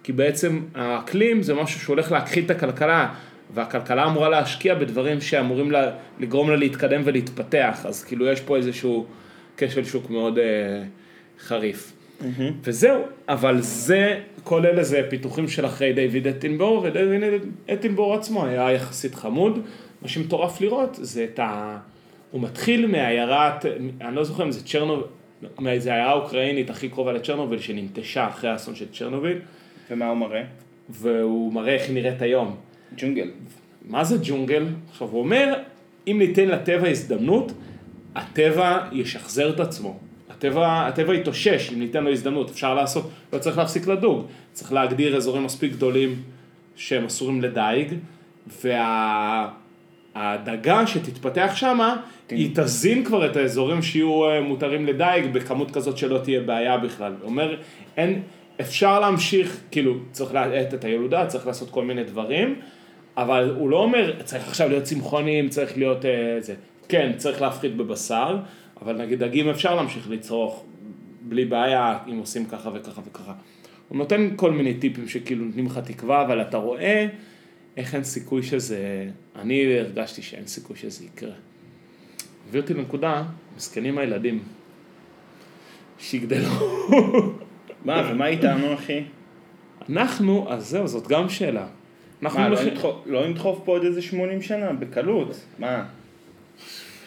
Speaker 4: כי בעצם האקלים זה משהו שהולך להכחיד את הכלכלה, והכלכלה אמורה להשקיע בדברים שאמורים לה, לגרום לה להתקדם ולהתפתח. אז כאילו יש פה איזשהו כשל שוק מאוד אה, חריף. וזהו, אבל זה, כל אלה זה פיתוחים של אחרי דיוויד אטינבור, ודיוויד אטינבור עצמו היה יחסית חמוד. מה שמטורף לראות זה את ה... הוא מתחיל מעיירת, אני לא זוכר אם זה צ'רנוביל, לא, זה העיירה האוקראינית הכי קרובה לצ'רנוביל שננטשה אחרי האסון של צ'רנוביל,
Speaker 1: ומה הוא מראה?
Speaker 4: והוא מראה איך היא נראית היום.
Speaker 1: ג'ונגל.
Speaker 4: מה זה ג'ונגל? עכשיו הוא אומר, אם ניתן לטבע הזדמנות, הטבע ישחזר את עצמו. הטבע, הטבע יתאושש אם ניתן לו הזדמנות, אפשר לעשות, לא צריך להפסיק לדוג, צריך להגדיר אזורים מספיק גדולים שהם אסורים לדייג, והדגה שתתפתח שמה, היא תזין כבר את האזורים שיהיו אה, מותרים לדייג בכמות כזאת שלא תהיה בעיה בכלל. הוא אומר, אין, אפשר להמשיך, כאילו, צריך להאט את הילודה, צריך לעשות כל מיני דברים, אבל הוא לא אומר, צריך עכשיו להיות צמחונים, צריך להיות אה, זה. כן, צריך להפחית בבשר, אבל נגיד דגים אפשר להמשיך לצרוך בלי בעיה אם עושים ככה וככה וככה. הוא נותן כל מיני טיפים שכאילו נותנים לך תקווה, אבל אתה רואה איך אין סיכוי שזה... אני הרגשתי שאין סיכוי שזה יקרה. הביא אותי לנקודה, מסכנים הילדים. שיגדלו.
Speaker 1: מה, ומה איתנו, אחי?
Speaker 4: אנחנו, אז זהו, זאת גם שאלה. אנחנו
Speaker 1: מה, לא
Speaker 4: הולכים-
Speaker 1: נדחוף- לא נדחוף פה עוד איזה 80 שנה? בקלות. מה?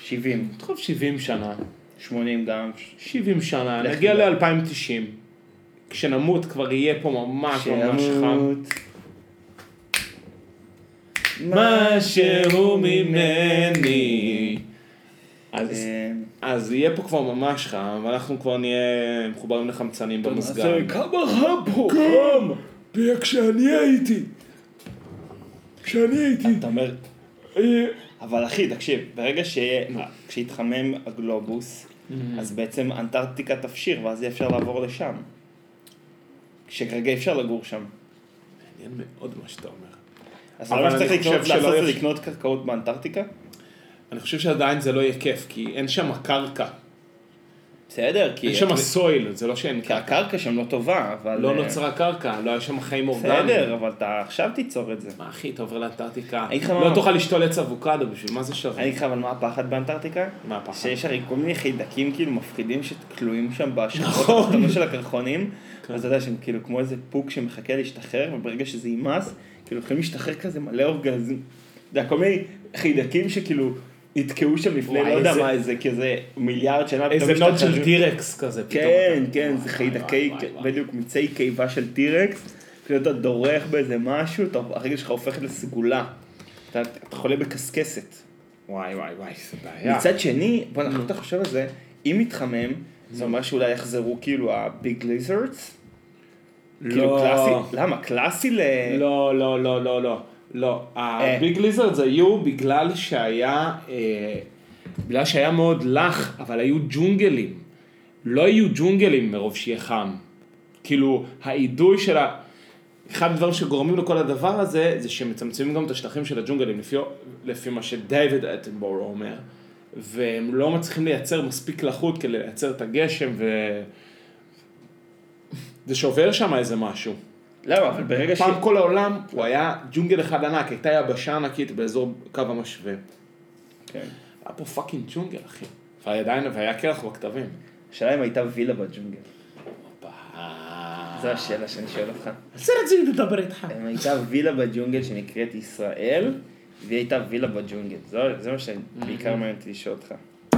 Speaker 1: 70.
Speaker 4: תחשוב 70 שנה,
Speaker 1: 80 גם.
Speaker 4: 70 שנה,
Speaker 1: לך
Speaker 4: נגיע
Speaker 1: תדע.
Speaker 4: ל-2090. כשנמות כבר יהיה פה ממש ממש חם.
Speaker 1: שימות.
Speaker 4: מה שהוא ממני. אז,
Speaker 1: אה,
Speaker 4: אז יהיה פה כבר ממש חם, ואנחנו כבר נהיה מחוברים לחמצנים במזגן.
Speaker 1: אז כמה חם פה? חם!
Speaker 4: פיה כשאני הייתי. כשאני הייתי.
Speaker 1: אתה אומר... אבל אחי, תקשיב, ברגע שכשיתחמם הגלובוס, אז בעצם אנטארקטיקה תפשיר, ואז יהיה אפשר לעבור לשם. כשכרגע אי אפשר לגור שם.
Speaker 4: מעניין מאוד מה שאתה אומר.
Speaker 1: אז
Speaker 4: אבל
Speaker 1: מה
Speaker 4: אני
Speaker 1: שצריך
Speaker 4: חושב
Speaker 1: לקנות-
Speaker 4: שלא
Speaker 1: לעשות זה
Speaker 4: יש-
Speaker 1: לקנות קרקעות באנטארקטיקה?
Speaker 4: אני חושב שעדיין זה לא יהיה כיף, כי אין שם קרקע.
Speaker 1: בסדר, כי...
Speaker 4: אין שם סויל, זה לא שאין
Speaker 1: כי
Speaker 4: קרקע.
Speaker 1: הקרקע שם לא טובה, אבל...
Speaker 4: לא
Speaker 1: אה,
Speaker 4: נוצרה קרקע, לא היה שם חיים אורגניים.
Speaker 1: בסדר, אבל אתה עכשיו תיצור את זה.
Speaker 4: מה אחי, אתה עובר לאנטארקטיקה,
Speaker 1: אני אגיד לך
Speaker 4: לא
Speaker 1: מה-
Speaker 4: תוכל לשתול עץ אבוקדו, בשביל מה זה שווה?
Speaker 1: אני אגיד לך, אבל מה הפחד באנטארקטיקה?
Speaker 4: מה הפחד?
Speaker 1: שיש הרי כל מיני חיידקים כאילו מפחידים שכלואים שם
Speaker 4: נכון.
Speaker 1: בשלחות הקטנות של הקרחונים,
Speaker 4: כן.
Speaker 1: אז אתה יודע שהם כאילו כמו איזה פוק שמחכה להשתחרר, וברגע שזה יימס, כאילו יכולים להשתחרר כזה מלא אורגזם. אתה יודע, כל מיני חיידקים שכאילו נתקעו שם לפני,
Speaker 4: וואי,
Speaker 1: לא יודע
Speaker 4: איזה-
Speaker 1: מה, איזה כזה מיליארד שנה,
Speaker 4: איזה
Speaker 1: פתאום
Speaker 4: נוט של
Speaker 1: משתחררים.
Speaker 4: טירקס כזה, פתאום.
Speaker 1: כן,
Speaker 4: אתה-
Speaker 1: כן,
Speaker 4: וואי,
Speaker 1: זה
Speaker 4: וואי,
Speaker 1: חיידקי,
Speaker 4: וואי, וואי.
Speaker 1: בדיוק מיצי קיבה של טירקס, כאילו אתה דורך באיזה משהו, אתה- הרגל שלך הופכת לסגולה. אתה אתה חולה בקסקסת.
Speaker 4: וואי וואי וואי, זה בעיה.
Speaker 1: מצד שני,
Speaker 4: Mm.
Speaker 1: בוא נחשוב אתה חושב על זה, אם יתחמם, זה אומר שאולי יחזרו כאילו הביג ליזרדס? כאילו קלאסי, למה? קלאסי ל...
Speaker 4: לא, לא, לא, לא, לא. לא, הביג ליזרדס היו בגלל שהיה, אה, בגלל שהיה מאוד לח, אבל היו ג'ונגלים. לא היו ג'ונגלים מרוב שיהיה חם. כאילו, האידוי של ה... אחד הדברים שגורמים לכל הדבר הזה, זה שמצמצמים גם את השטחים של הג'ונגלים, לפי, לפי מה שדייוויד אטנבורו אומר. והם לא מצליחים לייצר מספיק לחות כדי לייצר את הגשם, ו... זה שובר שם איזה משהו.
Speaker 1: למה? אבל ברגע ש...
Speaker 4: פעם כל העולם הוא היה ג'ונגל אחד ענק, הייתה יבשה ענקית באזור קו המשווה.
Speaker 1: כן.
Speaker 4: היה פה פאקינג ג'ונגל, אחי. והיה עדיין, והיה קרח בכתבים.
Speaker 1: השאלה אם הייתה וילה בג'ונגל.
Speaker 4: הופה.
Speaker 1: זו השאלה שאני שואל אותך.
Speaker 4: על זה רציתי לדבר איתך.
Speaker 1: אם הייתה וילה בג'ונגל שנקראת ישראל, והיא הייתה וילה בג'ונגל. זו- זה מה
Speaker 4: Mm-hmm.
Speaker 1: שבעיקר מעניין אותי לשאול אותך.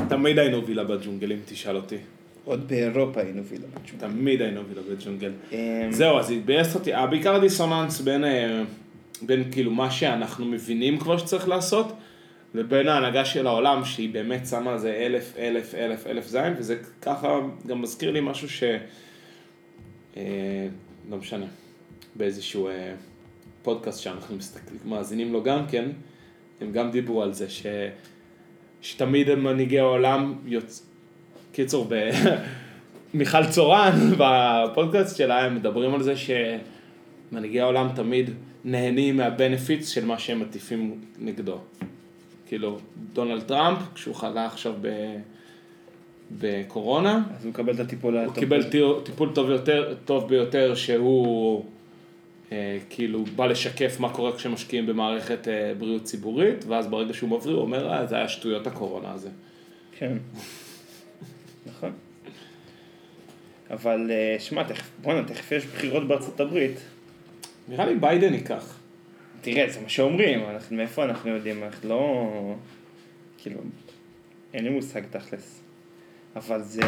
Speaker 4: תמיד היינו וילה בג'ונגל, אם תשאל אותי.
Speaker 1: עוד באירופה היינו וילה בג'ונגל.
Speaker 4: תמיד היינו וילה בג'ונגל.
Speaker 1: אמ,
Speaker 4: זהו, אז התבאס אותי. אה, בעיקר הדיסוננס בין, אה, בין כאילו מה שאנחנו מבינים כבר שצריך לעשות, לבין ההנהגה של העולם, שהיא באמת שמה על זה אלף, אלף, אלף, אלף זין, וזה ככה גם מזכיר לי משהו ש... אה, לא משנה, באיזשהו אה, פודקאסט שאנחנו מסתכלים, מאזינים לו גם כן, הם גם דיברו על זה, ש... שתמיד מנהיגי העולם יוצ... קיצור, ב... מיכל צורן בפודקאסט שלה, הם מדברים על זה שמנהיגי העולם תמיד נהנים מהבנפיץ של מה שהם מטיפים נגדו. כאילו, דונלד טראמפ, כשהוא חלה עכשיו ב... בקורונה,
Speaker 1: אז הוא מקבל את הטיפול הטוב.
Speaker 4: הוא קיבל טיר- טיפול טוב יותר, טוב ביותר שהוא אה, כאילו בא לשקף מה קורה כשמשקיעים במערכת אה, בריאות ציבורית, ואז ברגע שהוא מבריא הוא אומר, אה, זה היה שטויות הקורונה הזה.
Speaker 1: כן. נכון. אבל אה, שמע, תכף- בואנה, תכף יש בחירות בארצות הברית.
Speaker 4: נראה לי ביידן ייקח.
Speaker 1: תראה, זה מה שאומרים, אנחנו, מאיפה אנחנו יודעים, אנחנו לא... כאילו, אין לי מושג תכלס. אבל זה...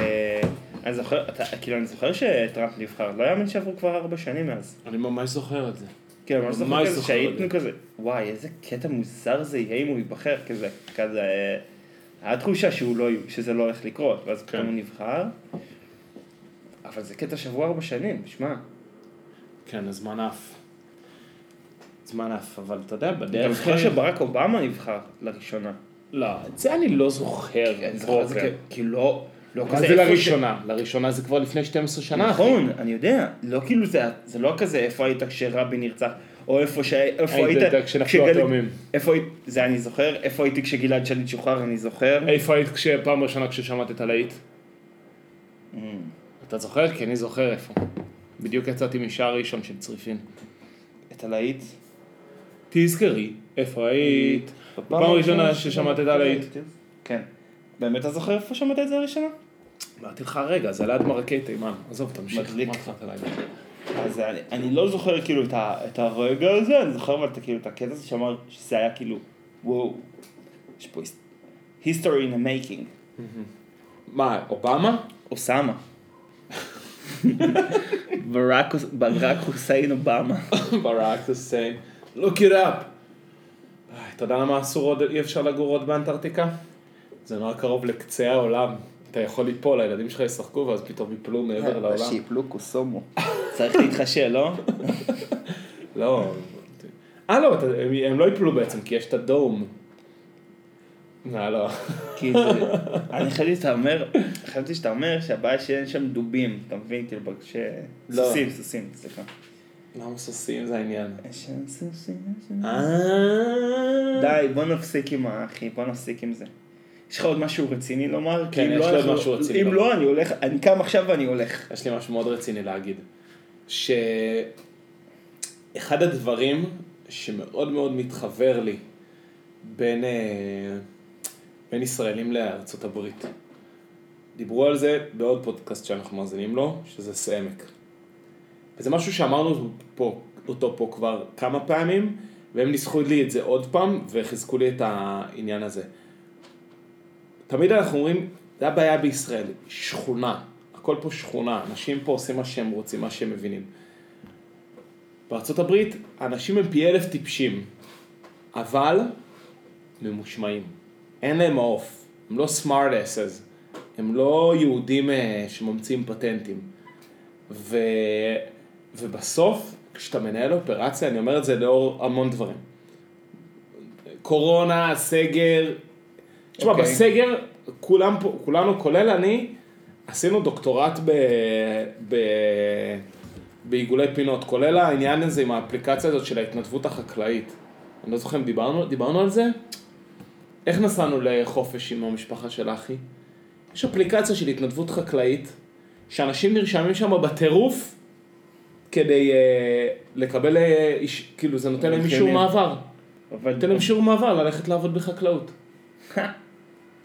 Speaker 1: אני זוכר, אתה, כאילו, אני זוכר שטראמפ נבחר, לא יאמן שעברו כבר ארבע שנים מאז.
Speaker 4: אני ממש זוכר את זה.
Speaker 1: כאילו, אני
Speaker 4: ממש
Speaker 1: זוכר כזה
Speaker 4: זוכר את
Speaker 1: שהייתנו
Speaker 4: זה.
Speaker 1: כזה, וואי, איזה קטע מוזר זה יהיה אם הוא ייבחר, כזה, כזה... אה, היה תחושה שהוא לא, שזה לא הולך לקרות, ואז פתאום
Speaker 4: כן.
Speaker 1: הוא נבחר. אבל זה קטע שבוע ארבע שנים, שמע.
Speaker 4: כן, הזמן עף. זמן עף, אבל אתה יודע, בדרך...
Speaker 1: אני זוכר שברק אובמה נבחר לראשונה.
Speaker 4: לא, את זה אני לא זוכר.
Speaker 1: אני זוכר את זה
Speaker 4: ברוקר.
Speaker 1: כ- כאילו לא, לא
Speaker 4: מה
Speaker 1: כזה
Speaker 4: זה
Speaker 1: איפה
Speaker 4: לראשונה? לראשונה זה כבר לפני 12
Speaker 1: ש-
Speaker 4: שנה. אחי.
Speaker 1: נכון, אני יודע, לא כאילו זה, זה לא כזה איפה היית כשרבין נרצח, או איפה ש... איפה
Speaker 4: היית
Speaker 1: היית
Speaker 4: כשנפלו
Speaker 1: כשגל-
Speaker 4: התאומים.
Speaker 1: איפה היית, זה אני זוכר, איפה הייתי כשגלעד שליט שוחרר, אני זוכר.
Speaker 4: איפה היית כשפעם ראשונה כששמעת את הלהיט?
Speaker 1: Mm.
Speaker 4: אתה זוכר? כי אני זוכר איפה. בדיוק יצאתי משער ראשון של צריפין. אה-
Speaker 1: את הלהיט.
Speaker 4: תזכרי, איפה היית? בפעם הראשונה ששמעת את הלהיט.
Speaker 1: כן. באמת אתה זוכר איפה שמעת את זה לראשונה?
Speaker 4: אמרתי לך, רגע, זה ליד מרקי תימן. עזוב, תמשיך.
Speaker 1: מדליק.
Speaker 4: מה התחלת להגיד?
Speaker 1: אז אני, אני לא זוכר כאילו את, ה, את הרגע הזה, אני זוכר אבל את, ה- כאילו את הקטע הזה שאמר שזה היה כאילו, וואו, יש פה היס- history in the making,
Speaker 4: מה, אובמה?
Speaker 1: אוסאמה. ברק, ברק חוסיין אובמה.
Speaker 4: ברק, the same. Look it up. איי, אתה יודע למה אסור עוד, אי אפשר לגור עוד באנטארקטיקה? זה נורא קרוב לקצה העולם. אתה יכול ליפול, הילדים שלך ישחקו ואז פתאום יפלו מעבר לעולם.
Speaker 1: שיפלו קוסומו. צריך להתחשל, לא?
Speaker 4: לא. אה לא, אתה- הם הם לא יפלו בעצם, כי יש את הדום. אה לא.
Speaker 1: כי זה... כאילו, אני חשבתי שאתה אומר, חשבתי שאתה אומר שהבעיה שאין שם דובים, אתה מבין? כאילו, ש...
Speaker 4: לא.
Speaker 1: סוסים, סוסים, סליחה.
Speaker 4: למה סוסים זה העניין?
Speaker 1: אין שם סוסים, אין שם-
Speaker 4: די.
Speaker 1: די, בוא נפסיק עם ה... אחי, בוא נפסיק עם זה. יש לך עוד משהו רציני לומר? כי
Speaker 4: כן,
Speaker 1: אם
Speaker 4: יש
Speaker 1: לא,
Speaker 4: לי עוד
Speaker 1: אנחנו-
Speaker 4: משהו רציני
Speaker 1: אם
Speaker 4: לומר.
Speaker 1: לא, אני הולך, אני קם עכשיו ואני הולך.
Speaker 4: יש לי משהו מאוד רציני להגיד. שאחד הדברים שמאוד מאוד מתחבר לי בין, אה, בין ישראלים לארצות הברית, דיברו על זה בעוד פודקאסט שאנחנו מאזינים לו, שזה סעמק. וזה משהו שאמרנו פה, אותו פה כבר כמה פעמים, והם ניסחו לי את זה עוד פעם, וחיזקו לי את העניין הזה. תמיד אנחנו אומרים, זה הבעיה בישראל, שכונה. הכל פה שכונה, אנשים פה עושים מה שהם רוצים, מה שהם מבינים. בארצות הברית, האנשים הם פי אלף טיפשים, אבל ממושמעים. אין להם מעוף, הם לא סמארט אסס, הם לא יהודים אה, שממציאים פטנטים. ו... ובסוף, כשאתה מנהל אופרציה, אני אומר את זה לאור המון דברים. קורונה, סגר, תשמע, okay.
Speaker 1: אוקיי.
Speaker 4: בסגר, כולם, פה- כולנו, כולל אני, עשינו דוקטורט ב... ב... בעיגולי פינות, כולל העניין הזה עם האפליקציה הזאת של ההתנדבות החקלאית. אני לא זוכר אם דיברנו, דיברנו על זה? איך נסענו לחופש עם המשפחה של אחי? יש אפליקציה של התנדבות חקלאית, שאנשים נרשמים שם בטירוף כדי אה, לקבל, אה, איש, כאילו זה נותן להם אישור
Speaker 1: מתקיימים.
Speaker 4: מעבר.
Speaker 1: אבל
Speaker 4: נותן להם אישור מעבר ללכת לעבוד בחקלאות.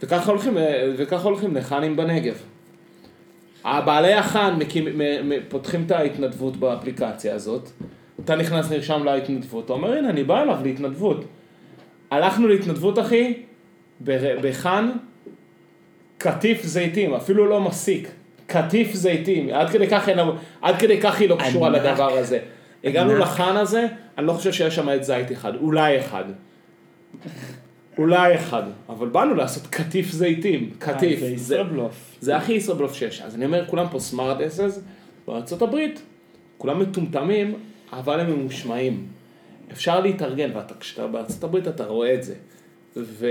Speaker 4: וככה הולכים, אה, וככה הולכים לחנים בנגב. הבעלי החאן מקים, מ, מ, פותחים את ההתנדבות באפליקציה הזאת, אתה נכנס נרשם להתנדבות, אתה אומר הנה אני בא אליו להתנדבות. הלכנו להתנדבות אחי, בר- בחאן, קטיף זיתים, אפילו לא מסיק, קטיף זיתים, עד כדי כך, אין, עד כדי כך היא לא קשורה
Speaker 1: ענק.
Speaker 4: לדבר הזה. הגענו
Speaker 1: ענק.
Speaker 4: לחאן הזה, אני לא חושב שיש שם עץ זית אחד, אולי אחד. אולי אחד, אבל באנו לעשות קטיף זיתים, קטיף.
Speaker 1: אה, זה ישראבלוף.
Speaker 4: זה הכי ישראבלוף שיש. אז אני אומר, כולם פה סמארט אסס, בארה"ב, כולם מטומטמים, אבל הם ממושמעים. אפשר להתארגן, ואתה- כשאתה בארה"ב אתה רואה את זה. ו...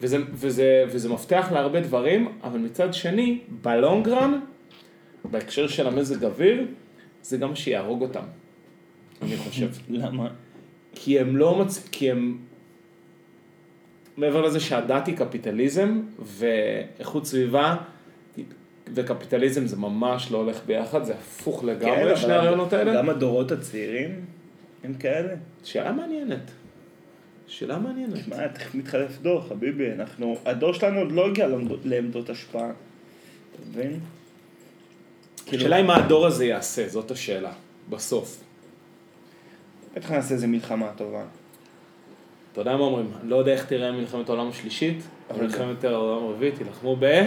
Speaker 4: וזה, וזה, וזה מפתח להרבה דברים, אבל מצד שני, בלונגרן, בהקשר של המזג אוויר, זה גם מה שיהרוג אותם, אני חושב.
Speaker 1: למה?
Speaker 4: כי הם לא מצ... כי הם... מעבר לזה שהדת היא קפיטליזם, ואיכות סביבה וקפיטליזם זה ממש לא הולך ביחד, זה הפוך
Speaker 1: כן,
Speaker 4: לגמרי, שני
Speaker 1: אבל
Speaker 4: הרעיונות האלה.
Speaker 1: גם הדורות הצעירים הם כאלה.
Speaker 4: שאלה מעניינת. שאלה מעניינת.
Speaker 1: מה, תכף מתחלף דור, חביבי, אנחנו, הדור שלנו עוד לא הגיע לעמדות- לעמדות השפעה. אתה מבין?
Speaker 4: השאלה היא מה הדור הזה יעשה, זאת השאלה, בסוף.
Speaker 1: בטח נעשה איזה מלחמה טובה.
Speaker 4: אתה יודע מה אומרים? אני לא יודע איך תראה מלחמת העולם השלישית, אבל
Speaker 1: אבל-
Speaker 4: מלחמת העולם הרביעית יילחמו ב...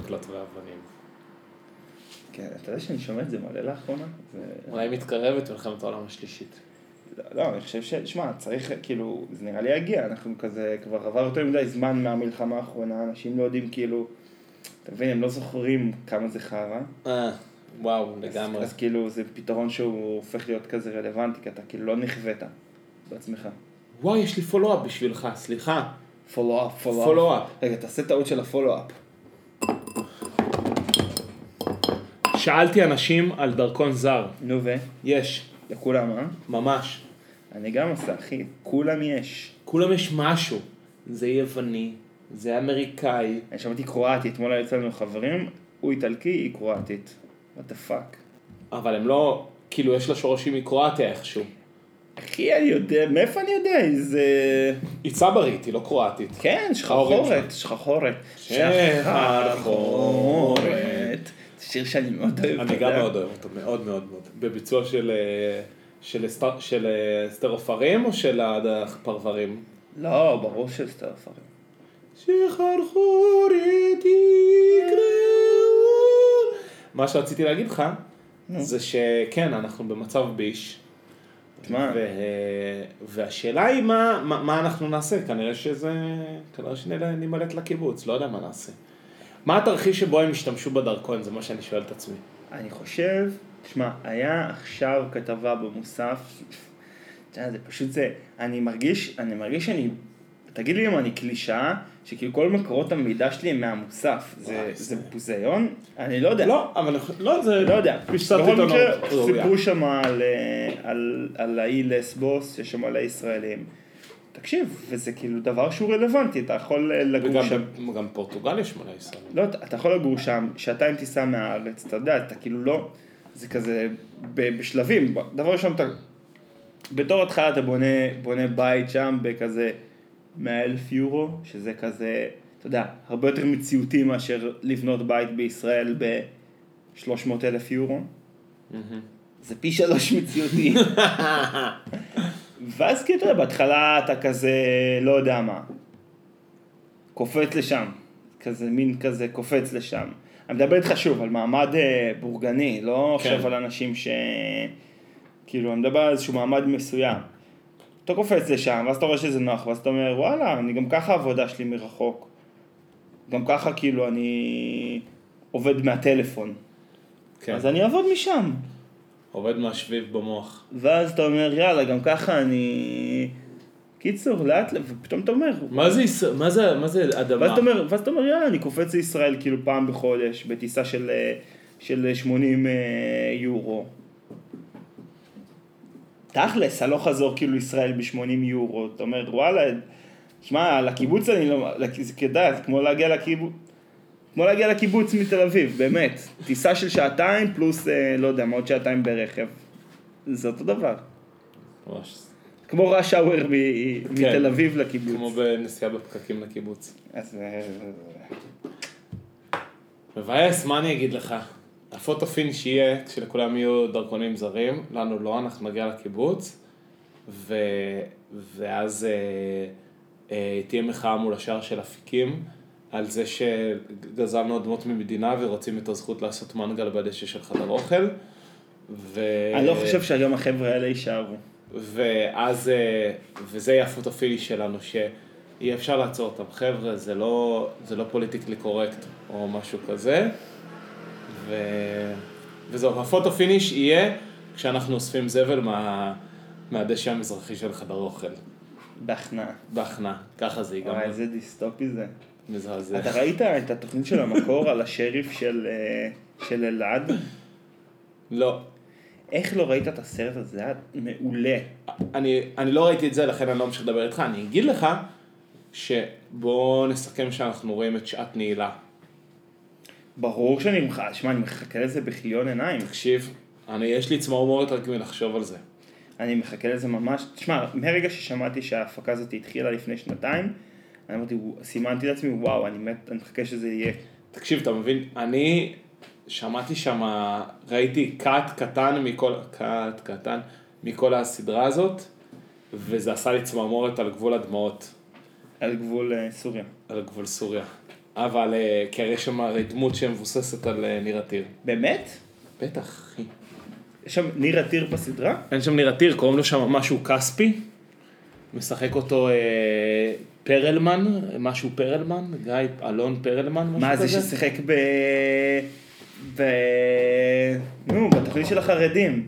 Speaker 4: מקלות ואבנים.
Speaker 1: כן, אתה יודע שאני שומע את זה מלא לאחרונה? זה-
Speaker 4: אולי מתקרבת מלחמת העולם השלישית.
Speaker 1: לא, אני חושב ש... שמע, צריך, כאילו, זה נראה לי יגיע, אנחנו כזה, כבר עבר יותר מדי זמן מהמלחמה האחרונה, אנשים לא יודעים, כאילו, אתה מבין, הם לא זוכרים כמה זה חרא.
Speaker 4: אה, וואו,
Speaker 1: אז-
Speaker 4: לגמרי.
Speaker 1: אז כאילו, זה פתרון שהוא הופך להיות כזה רלוונטי, כי אתה כאילו לא נכווית בעצמך.
Speaker 4: וואי, יש לי פולו-אפ בשבילך, סליחה.
Speaker 1: פולו-אפ,
Speaker 4: פולו-אפ.
Speaker 1: רגע, תעשה טעות של הפולו-אפ.
Speaker 4: שאלתי אנשים על דרכון זר.
Speaker 1: נו ו?
Speaker 4: יש,
Speaker 1: לכולם, אה?
Speaker 4: ממש.
Speaker 1: אני גם עושה, אחי. כולם יש.
Speaker 4: כולם יש משהו. זה יווני, זה אמריקאי.
Speaker 1: אני שמעתי קרואטי, אתמול יצא לנו חברים, הוא איטלקי, היא קרואטית. וואט דה פאק.
Speaker 4: אבל הם לא, כאילו יש לה שורשים מקרואטיה איכשהו.
Speaker 1: אחי, אני יודע, מאיפה אני יודע? זה...
Speaker 4: היא צברית, היא לא קרואטית.
Speaker 1: כן,
Speaker 4: ההורים
Speaker 1: שחחורת, שחחורת.
Speaker 4: שחחורת.
Speaker 1: זה שיר שאני מאוד אוהב.
Speaker 4: אני
Speaker 1: אתה
Speaker 4: גם
Speaker 1: יודע.
Speaker 4: מאוד אוהב אותו, מאוד מאוד מאוד. בביצוע של אה, של אסת- של אה, סטרופרים או של הפרברים?
Speaker 1: לא, ברור שזה הפרים.
Speaker 4: שחרחורת יקראו. מה שרציתי להגיד לך,
Speaker 1: נו.
Speaker 4: זה שכן, אנחנו במצב ביש. אה.
Speaker 1: תשמע,
Speaker 4: ו- והשאלה היא מה, מה, מה אנחנו נעשה, כנראה שזה, כנראה שנימלט לקיבוץ, לא יודע מה נעשה. מה התרחיש שבו הם ישתמשו בדרכון, זה מה שאני שואל את עצמי.
Speaker 1: אני חושב, תשמע, היה עכשיו כתבה במוסף, תשמע, זה פשוט זה, אני מרגיש, אני מרגיש שאני, תגיד לי אם אני קלישאה, שכאילו כל מקורות המידע שלי הם מהמוסף, זה,
Speaker 4: וואי,
Speaker 1: זה בוזיון? אני לא יודע.
Speaker 4: לא, אבל אני חו- לא, זה...
Speaker 1: לא יודע.
Speaker 4: פיסת
Speaker 1: בכל
Speaker 4: עיתונות
Speaker 1: מקרה,
Speaker 4: ראויה.
Speaker 1: סיפרו שם על, אה, על, על האי לסבוס, שיש שם מלא ישראלים. תקשיב, וזה כאילו דבר שהוא רלוונטי, אתה יכול אה, לגור שם.
Speaker 4: וגם גם פורטוגל יש מלא ישראלים.
Speaker 1: לא, אתה אתה יכול לגור שם, שעתיים טיסה מהארץ, אתה יודע, אתה כאילו לא, זה כזה ב- בשלבים, דבר ראשון אתה, בתור התחלה אתה בונה, בונה בית שם בכזה 100 אלף יורו, שזה כזה, אתה יודע, הרבה יותר מציאותי מאשר לבנות בית בישראל ב-300 אלף יורו. זה פי שלוש מציאותי. ואז כאילו, אתה יודע, בהתחלה אתה כזה, לא יודע מה, קופץ לשם, כזה מין כזה קופץ לשם. אני מדבר איתך שוב על מעמד אה, בורגני, לא
Speaker 4: כן.
Speaker 1: עכשיו על אנשים ש... כאילו, אני מדבר על איזשהו מעמד מסוים. אתה קופץ לשם, ואז אתה רואה שזה נוח, ואז אתה אומר, וואלה, אני גם ככה העבודה שלי מרחוק. גם ככה, כאילו, אני עובד מהטלפון.
Speaker 4: כן.
Speaker 1: אז אני אעבוד משם.
Speaker 4: עובד מהשביב במוח.
Speaker 1: ואז אתה אומר, יאללה, גם ככה אני... קיצור, לאט, לאט, ופתאום אתה אומר,
Speaker 4: מה זה ישראל? מה זה, מה זה אדמה?
Speaker 1: ואז אתה אומר, ואז אתה אומר, יאללה, אני קופץ לישראל כאילו פעם בחודש, בטיסה של, אה, של 80 אה, יורו. תכלס, הלוך חזור כאילו ישראל ב-80 יורו, אתה אומר, וואלה, שמע, לקיבוץ אני לא, לק- זה כדאי, זה כמו להגיע לקיבוץ, כמו להגיע לקיבוץ מתל אביב, באמת. טיסה של שעתיים פלוס, אה, לא יודע, מה, עוד שעתיים ברכב. זה אותו דבר.
Speaker 4: ממש.
Speaker 1: כמו rush hour מ-
Speaker 4: כן.
Speaker 1: מתל אביב לקיבוץ.
Speaker 4: כמו בנסיעה בפקקים לקיבוץ.
Speaker 1: אז... אה,
Speaker 4: מבאס, מה אני אגיד לך? הפוטו פיניש יהיה כשלכולם יהיו דרכונים זרים, לנו לא, אנחנו נגיע לקיבוץ, ו... ואז אה, אה, תהיה מחאה מול השער של אפיקים, על זה שגזלנו אדמות ממדינה ורוצים את הזכות לעשות מנגל בדשא של חדר אוכל. ו...
Speaker 1: אני לא חושב שהיום החבר'ה האלה יישארו.
Speaker 4: ואז, אה, וזה יהיה הפוטופילי שלנו, שאי אפשר לעצור אותם. חבר'ה, זה לא, זה לא פוליטיקלי קורקט או משהו כזה. ו... וזהו, הפוטו פיניש יהיה כשאנחנו אוספים זבל מה... מהדשא המזרחי של חדר אוכל.
Speaker 1: בהכנעה.
Speaker 4: בהכנעה, ככה זה ייגמר.
Speaker 1: וואי, איזה דיסטופי זה.
Speaker 4: מזעזע.
Speaker 1: אתה ראית את התוכנית של המקור על השריף של אה, של אלעד?
Speaker 4: לא.
Speaker 1: איך לא ראית את הסרט הזה? זה היה מעולה.
Speaker 4: אני, אני לא ראיתי את זה, לכן אני לא ממשיך לדבר איתך. אני אגיד לך שבואו נסכם שאנחנו רואים את שעת נעילה.
Speaker 1: ברור שאני מחכה, שמע, אני מחכה לזה בכיליון עיניים.
Speaker 4: תקשיב, אני, יש לי צמרמורת רק מלחשוב על זה.
Speaker 1: אני מחכה לזה ממש. תשמע, מהרגע ששמעתי שההפקה הזאת התחילה לפני שנתיים, אני אמרתי, "וואו", סימנתי לעצמי, וואו, אני מת, אני מחכה שזה יהיה.
Speaker 4: תקשיב, אתה מבין? אני, שמעתי שם, ראיתי קאט קטן מכל, קאט קטן מכל הסדרה הזאת, וזה עשה לי צמרמורת על גבול הדמעות,
Speaker 1: על גבול אה, סוריה.
Speaker 4: על גבול סוריה. אבל אה, כי הרי יש שם הרי דמות שמבוססת על אה, ניר עתיר.
Speaker 1: באמת?
Speaker 4: בטח, אחי.
Speaker 1: יש שם ניר עתיר בסדרה?
Speaker 4: אין שם ניר עתיר, קוראים לו שם משהו כספי. משחק אותו אה, פרלמן, משהו פרלמן, גיא, אלון פרלמן, משהו
Speaker 1: מה,
Speaker 4: כזה.
Speaker 1: זה ששיחק ב... ב... נו, בתוכנית של החרדים.